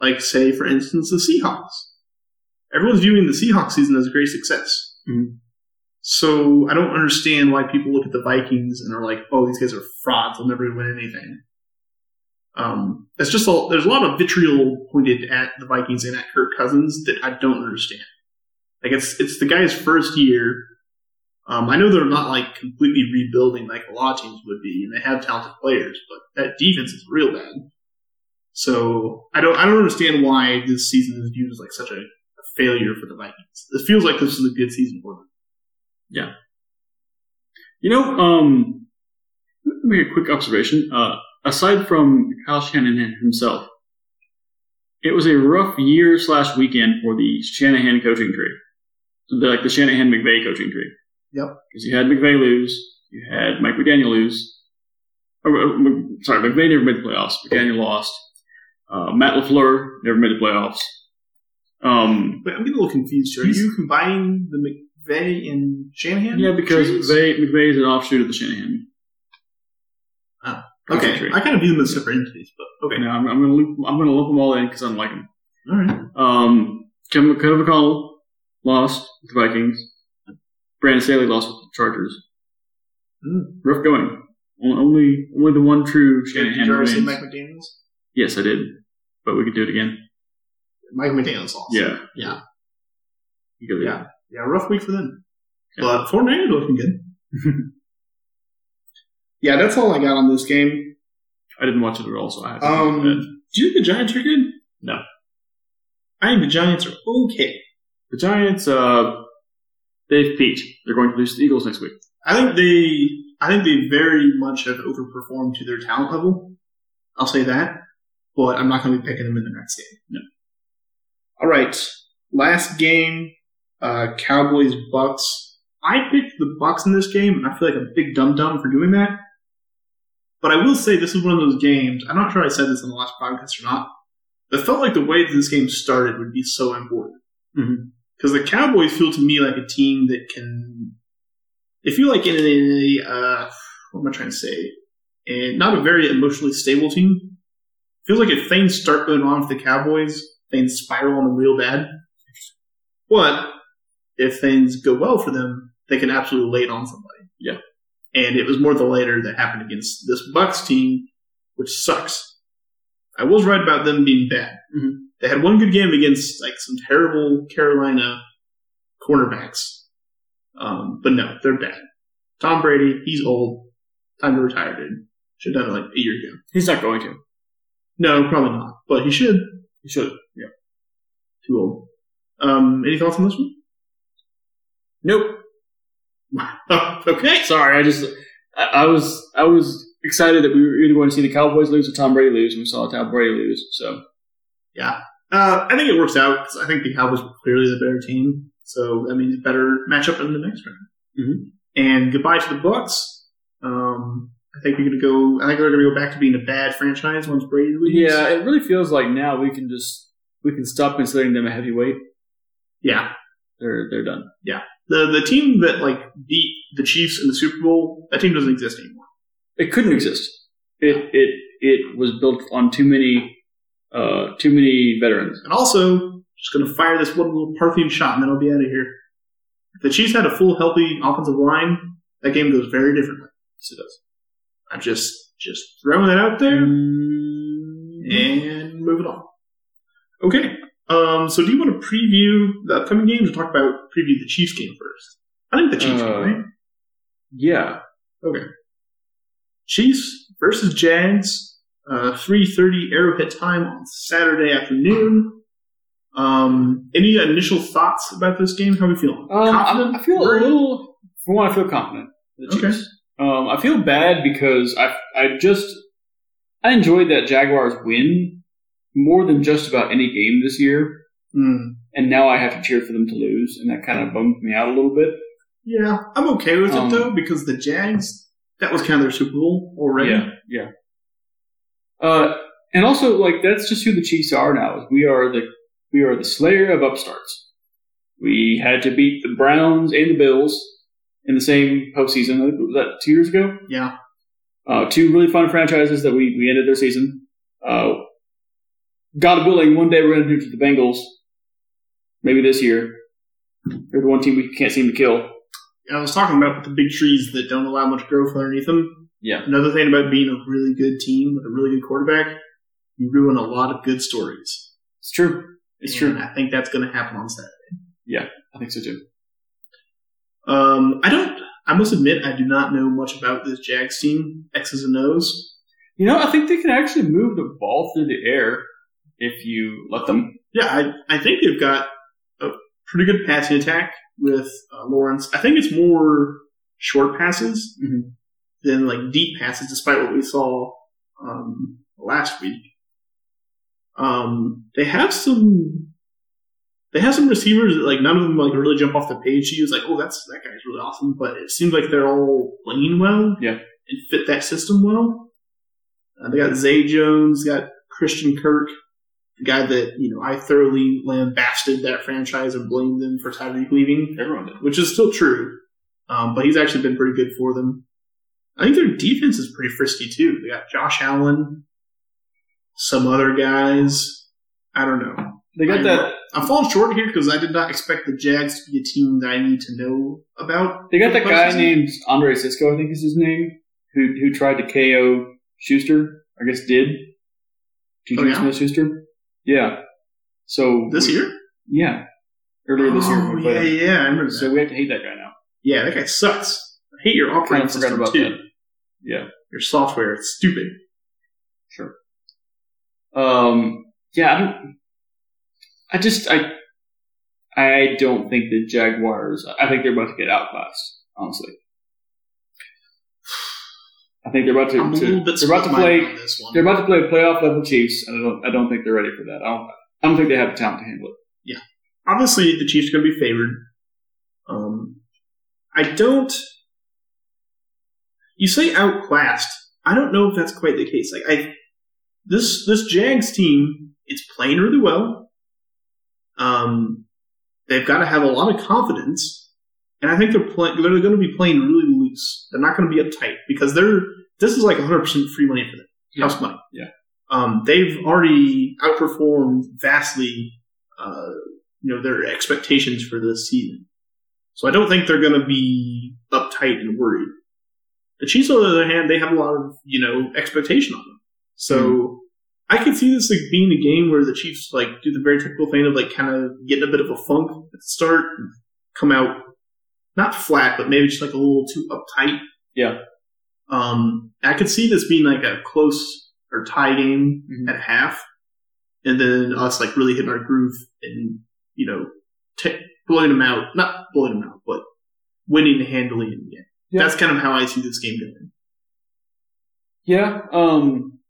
Speaker 2: like say for instance the Seahawks, everyone's viewing the Seahawks season as a great success.
Speaker 3: Mhm.
Speaker 2: So I don't understand why people look at the Vikings and are like, "Oh, these guys are frauds. They'll never win anything." Um, it's just all there's a lot of vitriol pointed at the Vikings and at Kirk Cousins that I don't understand. Like it's it's the guy's first year. Um, I know they're not like completely rebuilding like a lot of teams would be, and they have talented players, but that defense is real bad. So I don't I don't understand why this season is viewed as like such a, a failure for the Vikings. It feels like this is a good season for them.
Speaker 3: You know, um, let me make a quick observation. Uh, aside from Kyle Shanahan himself, it was a rough year slash weekend for the Shanahan coaching tree, the, like the Shanahan McVay coaching tree.
Speaker 2: Yep.
Speaker 3: Because you had McVay lose, you had Mike McDaniel lose. Or, uh, Mc- sorry, McVay never made the playoffs. McDaniel lost. Uh, Matt Lafleur never made the playoffs. Um,
Speaker 2: But I'm getting a little confused here. Are you combining the McVay and Shanahan?
Speaker 3: yeah, because
Speaker 2: trades?
Speaker 3: they, McVay is an offshoot of the Shanahan.
Speaker 2: Ah,
Speaker 3: coaching
Speaker 2: okay,
Speaker 3: tree.
Speaker 2: I kind of view them as separate entities, but okay,
Speaker 3: No, I'm, I'm gonna loop, I'm gonna loop them all in because I don't like them.
Speaker 2: all right.
Speaker 3: Um, Kevin, Kevin McConnell lost with the Vikings. Brandon Staley lost with the Chargers.
Speaker 2: Mm.
Speaker 3: Rough going. O- Only only the one true
Speaker 2: Did
Speaker 3: Shanahan
Speaker 2: you already say
Speaker 3: remains.
Speaker 2: Mike McDaniel's?
Speaker 3: yes, I did, but we could do it again.
Speaker 2: Mike McDaniel's also.
Speaker 3: Yeah,
Speaker 2: Yeah.
Speaker 3: You could do it.
Speaker 2: Yeah. Yeah, rough week for them.
Speaker 3: Yeah.
Speaker 2: But four nine looking good. yeah, that's all I got on this game.
Speaker 3: I didn't watch it at all, so I have
Speaker 2: Um, do you think the Giants are good?
Speaker 3: No.
Speaker 2: I think the Giants are okay.
Speaker 3: the Giants. Uh, they've peaked. They're going to lose to the Eagles next week.
Speaker 2: I think they I think they very much have overperformed to their talent level. I'll say that. But I'm not gonna be picking them in the next game.
Speaker 3: No.
Speaker 2: Alright. Last game, uh, Cowboys Bucks. I picked the Bucks in this game, and I feel like a big dum dum for doing that. But I will say this is one of those games. I'm not sure I said this in the last podcast or not. But it felt like the way that this game started would be so important
Speaker 3: Mhm.
Speaker 2: because the Cowboys feel to me like a team that can. They feel like in a uh, what am I trying to say? And not a very emotionally stable team. Feels like if things start going on with the Cowboys, things spiral on them real bad. But if things go well for them, they can absolutely lay it on somebody.
Speaker 3: Yeah.
Speaker 2: And it was more the later that happened against this Bucks team, which sucks. I was right about them being bad.
Speaker 3: Mhm.
Speaker 2: They had one good game against like some terrible Carolina cornerbacks. Um, but no, they're bad. Tom Brady, he's old. Time to retire, dude. Should have done it like a year ago.
Speaker 3: He's not going to.
Speaker 2: No, probably not. But he should.
Speaker 3: He should. Yeah.
Speaker 2: Too old. Um, any thoughts on this one?
Speaker 3: Nope.
Speaker 2: Oh, okay.
Speaker 3: Sorry, I just I, I was I was excited that we were either going to see the Cowboys lose or Tom Brady lose, and we saw Tom Brady lose. So
Speaker 2: Uh, I think it works out because I think the Cowboys were clearly the better team, so that means better matchup in the next round.
Speaker 3: Mhm.
Speaker 2: And goodbye to the Bucks. Um, I think we're gonna go. I think they're gonna go back to being a bad franchise once Brady leaves.
Speaker 3: yeah, it really feels like now we can just we can stop considering them a heavyweight.
Speaker 2: yeah.
Speaker 3: They're they're done.
Speaker 2: The the team that like beat the Chiefs in the Super Bowl, that team doesn't exist anymore.
Speaker 3: It couldn't exist. It it it was built on too many uh too many veterans.
Speaker 2: And also, just gonna fire this one little Parthian shot, and then I'll be out of here. If the Chiefs had a full healthy offensive line, that game goes very differently.
Speaker 3: Yes, it does.
Speaker 2: I'm just just
Speaker 3: Mm-hmm.
Speaker 2: throwing that out there. and moving on. Okay. Um, so do you want to preview the upcoming games or talk about preview the Chiefs game first? I think the Chiefs game,
Speaker 5: Uh,
Speaker 2: right?
Speaker 5: Yeah.
Speaker 2: Chiefs versus Jags, uh, 3.30 Arrowhead time on Saturday afternoon. Um, any initial thoughts about this game? How are we feeling?
Speaker 3: Um,
Speaker 2: Confident?
Speaker 3: I, I feel a
Speaker 2: Worried?
Speaker 3: little. For one, I feel confident. in The
Speaker 2: Okay.
Speaker 3: Chiefs. Um, I feel bad because I I just I enjoyed that Jaguars win more than just about any game this year,
Speaker 2: Hmm.
Speaker 3: and now I have to cheer for them to lose, and that kind of bums me out a little bit.
Speaker 2: Yeah, I'm okay with
Speaker 3: Um,
Speaker 2: it though because the Jags, that was kind of their Super Bowl already.
Speaker 3: Yeah, yeah. Uh, and also, like that's just who the Chiefs are now. We are the we are the Slayer of upstarts. We had to beat the Browns and the Bills in the same postseason. Was that two years ago?
Speaker 2: Yeah.
Speaker 3: Uh, two really fun franchises that we, we ended their season. Uh, God willing, one day we're going to do it to the Bengals. Maybe this year. They're the one team we can't seem to kill.
Speaker 2: I was talking about with the big trees that don't allow much growth underneath them.
Speaker 3: Yeah.
Speaker 2: Another thing about being a really good team with a really good quarterback, you ruin a lot of good stories.
Speaker 3: It's true. It's
Speaker 2: And
Speaker 3: true.
Speaker 2: I think that's going to happen on Saturday.
Speaker 3: I think so too.
Speaker 2: Um, I don't. I must admit, I do not know much about this Jags team, X's and O's.
Speaker 3: You know, I think they can actually move the ball through the air if you let them.
Speaker 2: Yeah, I, I think they've got a pretty good passing attack with uh, Lawrence. I think it's more short passes
Speaker 3: Mhm.
Speaker 2: than like deep passes, despite what we saw um, last week. Um, they have some. They have some receivers that like none of them like really jump off the page to you. It's like, oh, that's that guy's really awesome, but it seems like they're all playing well.
Speaker 3: Yeah.
Speaker 2: and fit that system well. Uh, they got Zay Jones, got Christian Kirk, the guy that you know I thoroughly lambasted that franchise and blamed them for Tyreek leaving,
Speaker 3: Everyone did.
Speaker 2: which is still true. Um, but he's actually been pretty good for them. I think their defense is pretty frisky too. They got Josh Allen, some other guys. I don't know.
Speaker 3: They got that.
Speaker 2: I'm falling short here because I did not expect the Jags to be a team that I need to know about.
Speaker 3: They got that guy
Speaker 2: Postseason.
Speaker 3: named Andre Sisco, I think is his name, who who tried to KO Schuster. I guess did. Juju
Speaker 2: Oh, yeah?
Speaker 3: Smith Schuster. Yeah. So
Speaker 2: This
Speaker 3: we-
Speaker 2: year?
Speaker 3: Yeah. Earlier this year. when we
Speaker 2: Oh,
Speaker 3: played
Speaker 2: yeah,
Speaker 3: him.
Speaker 2: yeah, I remember that.
Speaker 3: So we have to hate that guy now.
Speaker 2: yeah, that guy sucks. I hate your
Speaker 3: Kind
Speaker 2: operating
Speaker 3: of forgot
Speaker 2: system
Speaker 3: about
Speaker 2: too.
Speaker 3: that. Yeah.
Speaker 2: Your software, it's stupid.
Speaker 3: Sure. Um. Yeah. I don't. I just I. I don't think the Jaguars. I think they're about to get outclassed. Honestly. I think they're about to.
Speaker 2: I'm a
Speaker 3: to-
Speaker 2: little bit
Speaker 3: they're about to
Speaker 2: split-minded
Speaker 3: play.
Speaker 2: on this one.
Speaker 3: They're about to play playoff level Chiefs, and I don't. I don't think they're ready for that. I don't. I don't think they have the talent to handle it.
Speaker 2: obviously the Chiefs are going to be favored. Um, I don't. You say outclassed. I don't know if that's quite the case. Like I, this this Jags team, it's playing really well. Um, they've got to have a lot of confidence, and I think they're playing. They're going to be playing really loose. They're not going to be uptight because they're. This is like 100 percent free money for them.
Speaker 3: Yeah.
Speaker 2: House money.
Speaker 3: Yeah.
Speaker 2: Um, they've already outperformed vastly. Uh, you know their expectations for this season. So I don't think they're going to be uptight and worried. The Chiefs, on the other hand, they have a lot of you know expectation on them. So I could see this like being a game where the Chiefs like do the very typical thing of like kind of getting a bit of a funk at the start, and come out not flat, but maybe just like a little too uptight.
Speaker 3: Yeah.
Speaker 2: Um, I could see this being like a close or tie game
Speaker 3: Mhm.
Speaker 2: at half, and then us like really hitting our groove and you know t- blowing them out, not blowing them out, but winning handily in the end.
Speaker 3: Yeah.
Speaker 2: That's kind of how I see this game going.
Speaker 3: Yeah. Um.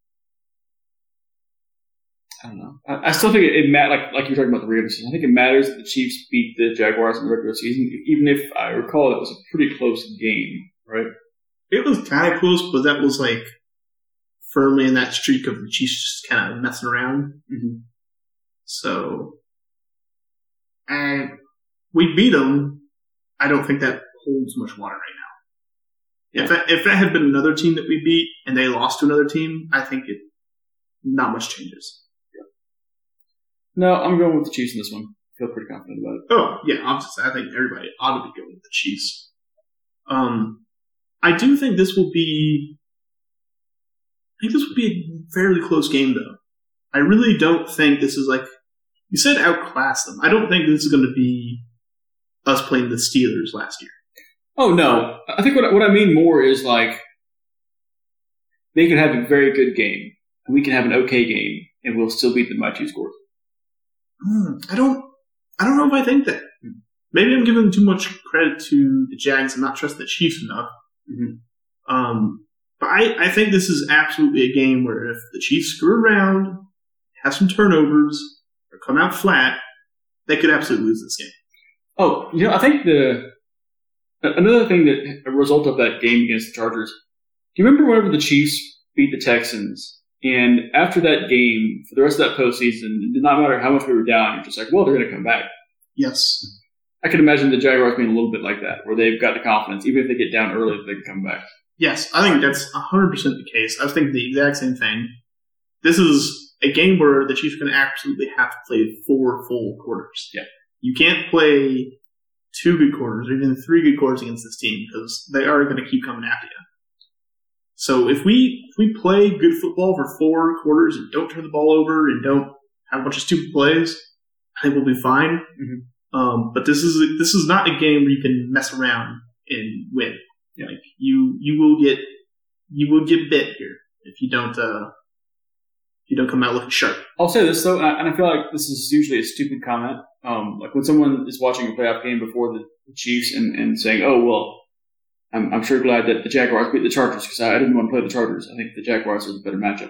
Speaker 3: I don't know. I, I still think it, it matters. Like like you were talking about the regular season, I think it matters that the Chiefs beat the Jaguars in the regular season, even if I recall that was a pretty close game, right?
Speaker 2: It was kind of close, but that was like firmly in that streak of the Chiefs just kind of messing around.
Speaker 3: Mhm.
Speaker 2: So, and we beat them. I don't think that holds much water right now. If that if that had been another team that we beat and they lost to another team, I think it not much changes.
Speaker 3: No, I'm going with the Chiefs in this one. I feel pretty confident about it.
Speaker 2: Oh yeah, obviously. I think everybody ought to be going with the Chiefs. Um, I do think this will be. I think this will be a fairly close game, though. I really don't think this is like You said outclass them. I don't think this is going to be us playing the Steelers last year.
Speaker 3: Oh no, I think what what I mean more is like they could have a very good game, and we can have an okay game, and we'll still beat them by two scores.
Speaker 2: Hmm, I don't. I don't know if I think that. Maybe I'm giving too much credit to the Jags and not trust the Chiefs enough.
Speaker 3: Mhm.
Speaker 2: Um, but I, I think this is absolutely a game where if the Chiefs screw around, have some turnovers, or come out flat, they could absolutely lose this game.
Speaker 3: Oh, you know, I think the a- another thing that a result of that game against the Chargers. Do you remember whenever the Chiefs beat the Texans, and after that game, for the rest of that postseason, it did not matter how much we were down. You're just like, well, they're going to come back.
Speaker 2: Yes.
Speaker 3: I can imagine the Jaguars being a little bit like that, where they've got the confidence, even if they get down early, they can come back.
Speaker 2: Yes, I think that's 100% the case. I was thinking the exact same thing. This is a game where the Chiefs are going to absolutely have to play four full quarters.
Speaker 3: Yeah.
Speaker 2: You can't play two good quarters or even three good quarters against this team because they are going to keep coming after you. So if we if we play good football for four quarters and don't turn the ball over and don't have a bunch of stupid plays, I think we'll be fine. Um, but this is this is not a game where you can mess around and win. Like you you will get you will get bit here if you don't uh if you don't come out looking sharp.
Speaker 3: I'll say this though, and I, and I feel like this is usually a stupid comment. Um, like when someone is watching a playoff game before the Chiefs and, and saying, "Oh well, I'm, I'm sure glad that the Jaguars beat the Chargers because I, I didn't want to play the Chargers. I think the Jaguars are the better matchup."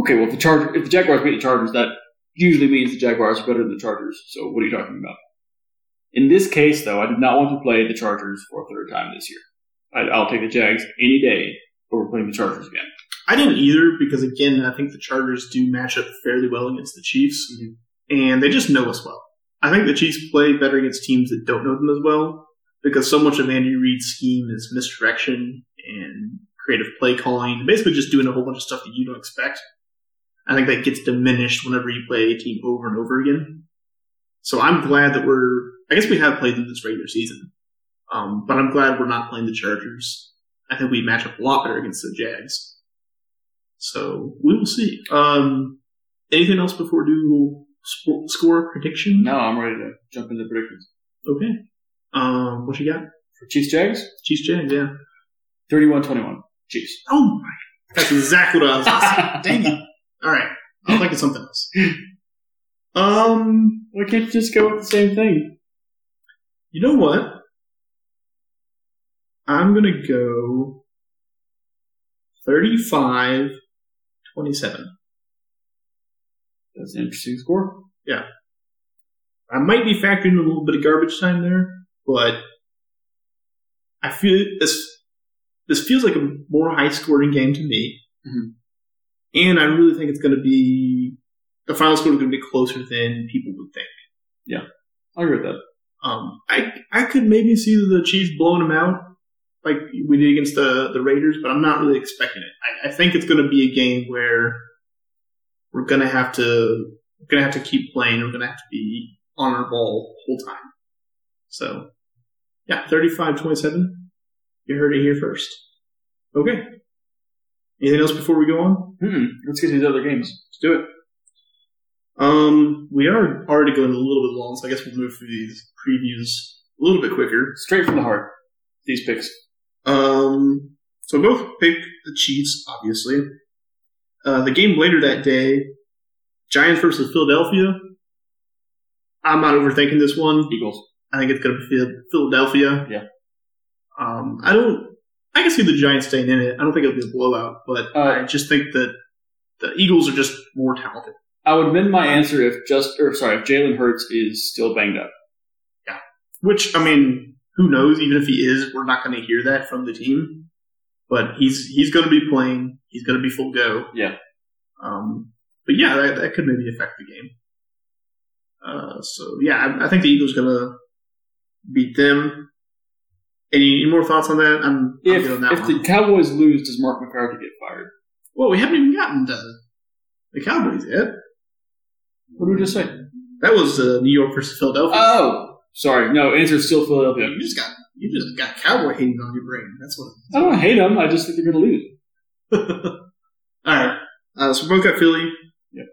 Speaker 3: Okay, well if the Charger if the Jaguars beat the Chargers, that usually means the Jaguars are better than the Chargers. So what are you talking about? In this case, though, I did not want to play the Chargers for a third time this year. I, I'll take the Jags any day over playing the Chargers again.
Speaker 2: I didn't either because again I think the Chargers do match up fairly well against the Chiefs and they just know us well. I think the Chiefs play better against teams that don't know them as well because so much of Andy Reid's scheme is misdirection and creative play calling, basically just doing a whole bunch of stuff that you don't expect. I think that gets diminished whenever you play a team over and over again. So I'm glad that we're, I guess we have played them this regular season, um, but I'm glad we're not playing the Chargers. I think we match up a lot better against the Jags. So we will see. Um, anything else before we do sp- score prediction?
Speaker 3: Now I'm ready to jump into predictions
Speaker 2: Okay. Um, what you got?
Speaker 3: for Chiefs Jags.
Speaker 2: Chiefs Jags, yeah.
Speaker 3: 31 21. Chiefs.
Speaker 2: Oh my. That's exactly what I was going to say. Dang it. All right. I'll think of something else. Um,
Speaker 3: Why can't you just go with the same thing?
Speaker 2: you know what? I'm going to go 35 27.
Speaker 3: That's an interesting score.
Speaker 2: I might be factoring in a little bit of garbage time there, but I feel this. This feels like a more high-scoring game to me,
Speaker 3: Mhm.
Speaker 2: and I really think it's going to be the final score is going to be closer than people would think.
Speaker 3: I agree with that.
Speaker 2: Um, I I could maybe see the Chiefs blowing them out like we did against the the Raiders, but I'm not really expecting it. I, I think it's going to be a game where we're going to have to we're going to have to keep playing. We're going to have to be on our ball the whole time. So yeah, 35-27. You heard it here first. Okay. Anything else before we go on?
Speaker 3: Mm-mm. Let's get to these other games.
Speaker 2: Let's do it. Um, we are already going a little bit long, so I guess we'll move through these previews a little bit quicker.
Speaker 3: Straight from the heart. These picks.
Speaker 2: Um, so both picked the Chiefs, obviously. Uh, the game later that day, Giants versus Philadelphia. I'm not overthinking this one.
Speaker 3: Eagles.
Speaker 2: I think it's going to be Phil- Philadelphia.
Speaker 3: Yeah.
Speaker 2: Um, I don't. I can see the Giants staying in it. I don't think it'll be a blowout, but
Speaker 3: Uh,
Speaker 2: I just think that the Eagles are just more talented.
Speaker 3: I would amend my answer if just, or sorry, if Jalen Hurts is still banged up.
Speaker 2: Which I mean, who knows? Even if he is, we're not going to hear that from the team. But he's he's going to be playing. He's going to be full go.
Speaker 3: Yeah.
Speaker 2: Um, but yeah, that, that could maybe affect the game. Uh, so yeah, I, I think the Eagles going to beat them. Any, any more thoughts on that? I'm, I'm
Speaker 3: If,
Speaker 2: good on that
Speaker 3: if
Speaker 2: one.
Speaker 3: the Cowboys lose, does Mark McCarthy get fired?
Speaker 2: well, we haven't even gotten to the Cowboys yet.
Speaker 3: What did we just say?
Speaker 2: That was uh, New York versus Philadelphia.
Speaker 3: Oh! Sorry, no, answer's still Philadelphia.
Speaker 2: you just got you just got cowboy hating on your brain. That's what.
Speaker 3: I don't hate them, I just think they're going to lose.
Speaker 2: All right. Uh, so both got Philly.
Speaker 3: Yep.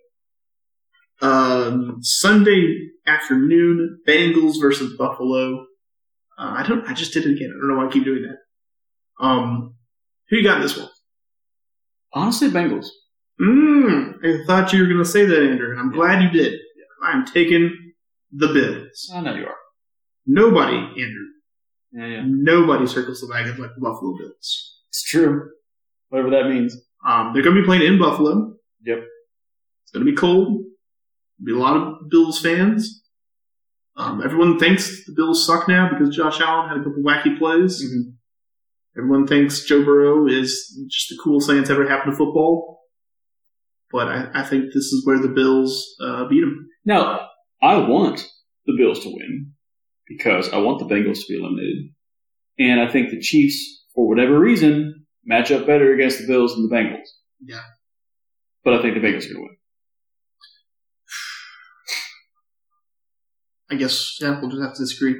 Speaker 2: Um, Sunday afternoon, Bengals versus Buffalo. Uh, I don't. I just did it again. I don't know why I keep doing that. Um, who you got in this one?
Speaker 3: Honestly, Bengals.
Speaker 2: Mm, I thought you were going to say that, Andrew, and I'm glad you did. I'm taking the Bills.
Speaker 3: I know you are.
Speaker 2: Nobody, Andrew,
Speaker 3: Yeah, yeah.
Speaker 2: nobody circles the wagons like the Buffalo Bills.
Speaker 3: It's true. Whatever that means.
Speaker 2: Um, they're going to be playing in Buffalo.
Speaker 3: Yep.
Speaker 2: It's going to be cold. Be a lot of Bills fans. Um, everyone thinks the Bills suck now because Josh Allen had a couple wacky plays.
Speaker 3: Mhm.
Speaker 2: Everyone thinks Joe Burrow is just the coolest thing that's ever happened to football. But I, I think this is where the Bills uh, beat them.
Speaker 3: Now, I want the Bills to win because I want the Bengals to be eliminated. And I think the Chiefs, for whatever reason, match up better against the Bills than the Bengals.
Speaker 2: Yeah.
Speaker 3: But I think the Bengals are going to win.
Speaker 2: I guess yeah, we'll just have to disagree.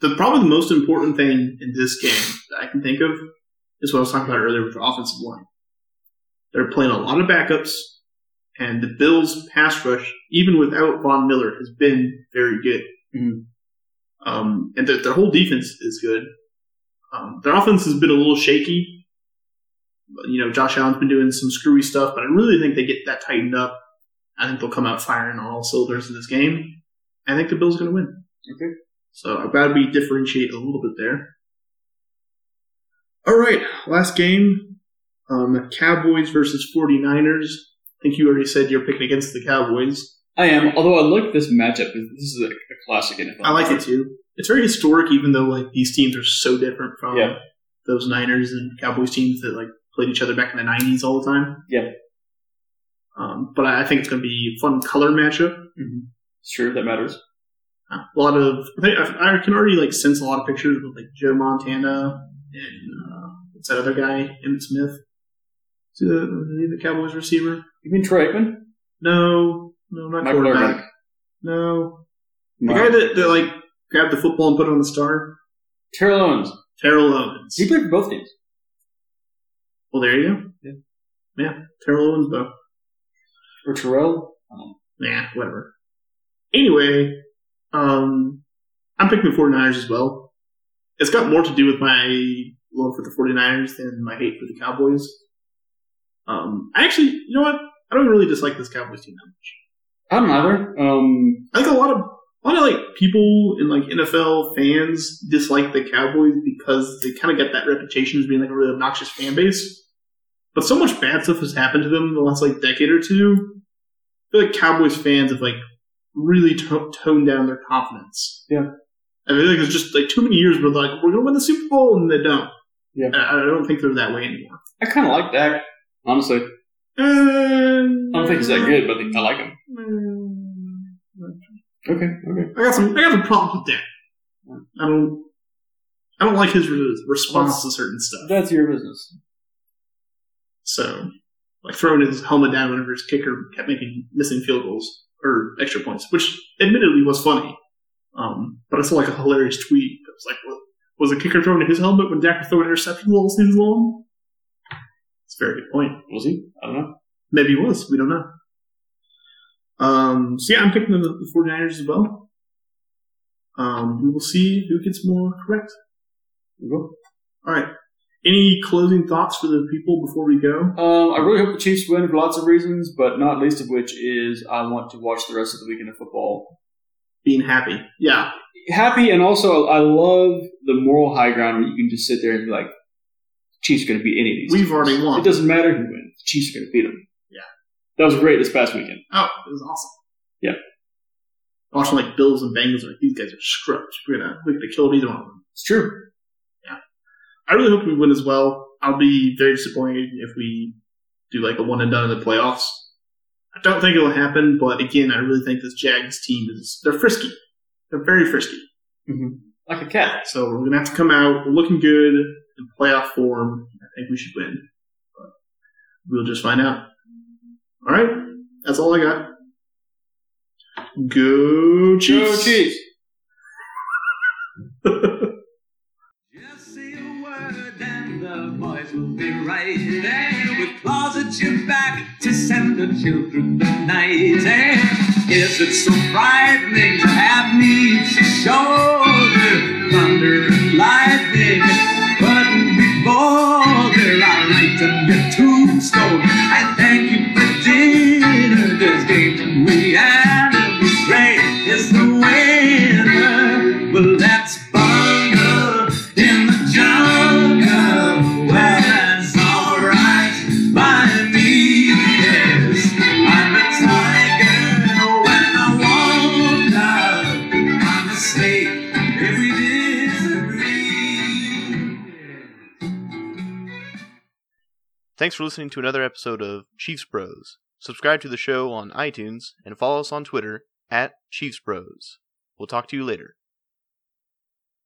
Speaker 2: The probably the most important thing in this game that I can think of is what I was talking about earlier with the offensive line. They're playing a lot of backups, and the Bills' pass rush, even without Von Miller, has been very good.
Speaker 3: Mhm.
Speaker 2: Um, and their, their whole defense is good. Um, their offense has been a little shaky. But, You know, Josh Allen's been doing some screwy stuff, but I really think they get that tightened up. I think they'll come out firing on all cylinders in this game. I think the Bills are going to win.
Speaker 3: Okay.
Speaker 2: So I'm glad we differentiate a little bit there. All right, last game um, Cowboys versus 49ers. I think you already said you're picking against the Cowboys.
Speaker 3: I am, although I like this matchup. This is a, a classic NFL.
Speaker 2: I like it too. It's very historic, even though like these teams are so different from
Speaker 3: Yeah.
Speaker 2: those Niners and Cowboys teams that like played each other back in the '90s all the time.
Speaker 3: Yeah.
Speaker 2: Um, but I I think it's going to be a fun color matchup.
Speaker 3: Mhm. It's true. That matters.
Speaker 2: a lot of I, think, I I can already like sense a lot of pictures with like Joe Montana and uh, what's that other guy Emmett Smith? Is he the, is he the Cowboys receiver?
Speaker 3: You mean Troy Aikman?
Speaker 2: No, no, not
Speaker 3: Michael
Speaker 2: quarterback.
Speaker 3: Irvin.
Speaker 2: No, the guy that, that like grabbed the football and put it on the star,
Speaker 3: Terrell Owens.
Speaker 2: Terrell Owens.
Speaker 3: He played for both teams.
Speaker 2: Well, there you go.
Speaker 3: Yeah.
Speaker 2: yeah, Terrell Owens, though.
Speaker 3: Or Terrell?
Speaker 2: Nah, whatever. Anyway, um, I'm picking the 49ers as well. It's got more to do with my love for the 49ers than my hate for the Cowboys. Um, I actually, you know what? I don't really dislike this Cowboys team that much.
Speaker 3: I don't know either. Um,
Speaker 2: I think a lot of, a lot of like people and like NFL fans dislike the Cowboys because they kind of get that reputation as being like a really obnoxious fan base. But so much bad stuff has happened to them in the last like decade or two. I feel like Cowboys fans have like really to- toned down their confidence.
Speaker 3: Yeah.
Speaker 2: I feel like there's just like too many years where they're like we're gonna win the Super Bowl and they don't.
Speaker 3: Yeah.
Speaker 2: I, I don't think they're that way anymore.
Speaker 3: I kind of like that, honestly. I
Speaker 2: Uh,
Speaker 3: don't think he's that good, but I like him.
Speaker 2: Mm.
Speaker 3: Okay, okay.
Speaker 2: I got some. I got some problems with that. I don't. I don't like his re- response
Speaker 3: Wow.
Speaker 2: to certain stuff.
Speaker 3: That's your business.
Speaker 2: So, like throwing his helmet down whenever his kicker kept making missing field goals or extra points, which admittedly was funny. Um, but I saw like a hilarious tweet that was like, "Well, "Was the kicker throwing his helmet when Dak was throwing interceptions all season long?" It's a very good point.
Speaker 3: Was he? I don't know.
Speaker 2: Maybe he was. We don't know. Um, so yeah, I'm picking the, the 49ers as well. Um, we will see who gets more correct. All right. Any closing thoughts for the people before we go?
Speaker 3: Um, I really hope the Chiefs win for lots of reasons, but not least of which is I want to watch the rest of the weekend of football.
Speaker 2: Being happy. Yeah.
Speaker 3: Happy, and also I love the moral high ground where you can just sit there and be like, Chiefs are going to beat any of these.
Speaker 2: We've
Speaker 3: teams.
Speaker 2: already won.
Speaker 3: It doesn't matter who wins. The Chiefs are going to beat them.
Speaker 2: Yeah.
Speaker 3: That was great this past weekend.
Speaker 2: Oh, it was awesome.
Speaker 3: Yeah.
Speaker 2: Watching like Bills and Bengals, like these guys are scrubs. We're gonna we're gonna kill either one of them.
Speaker 3: It's true.
Speaker 2: I really hope we win as well. I'll be very disappointed if we do like a one and done in the playoffs. I don't think it'll happen, but again, I really think this Jags team is they're frisky. They're very frisky.
Speaker 3: Mm-hmm. Like a cat.
Speaker 2: So we're gonna have to come out looking good in playoff form. I think we should win. But we'll just find out. Alright. That's all I got. Go
Speaker 3: Go
Speaker 2: Chiefs.
Speaker 3: Chiefs!
Speaker 1: Just say a word and the boys will be right there with claws at your back to send a chill through the night. And Is it so frightening to have me to shoulder thunder and lightning? But before there I write on your tombstone. I thank you for dinner. This game we had it was great. It's the winner. Well, that's bungle in the jungle. Well, that's alright by me. Yes. I'm a tiger when I want love. I'm a snake if we disagree.
Speaker 2: Thanks for listening to another episode of Chiefs Bros. Subscribe to the show on iTunes and follow us on Twitter at Chiefs Bros. We'll talk to you later.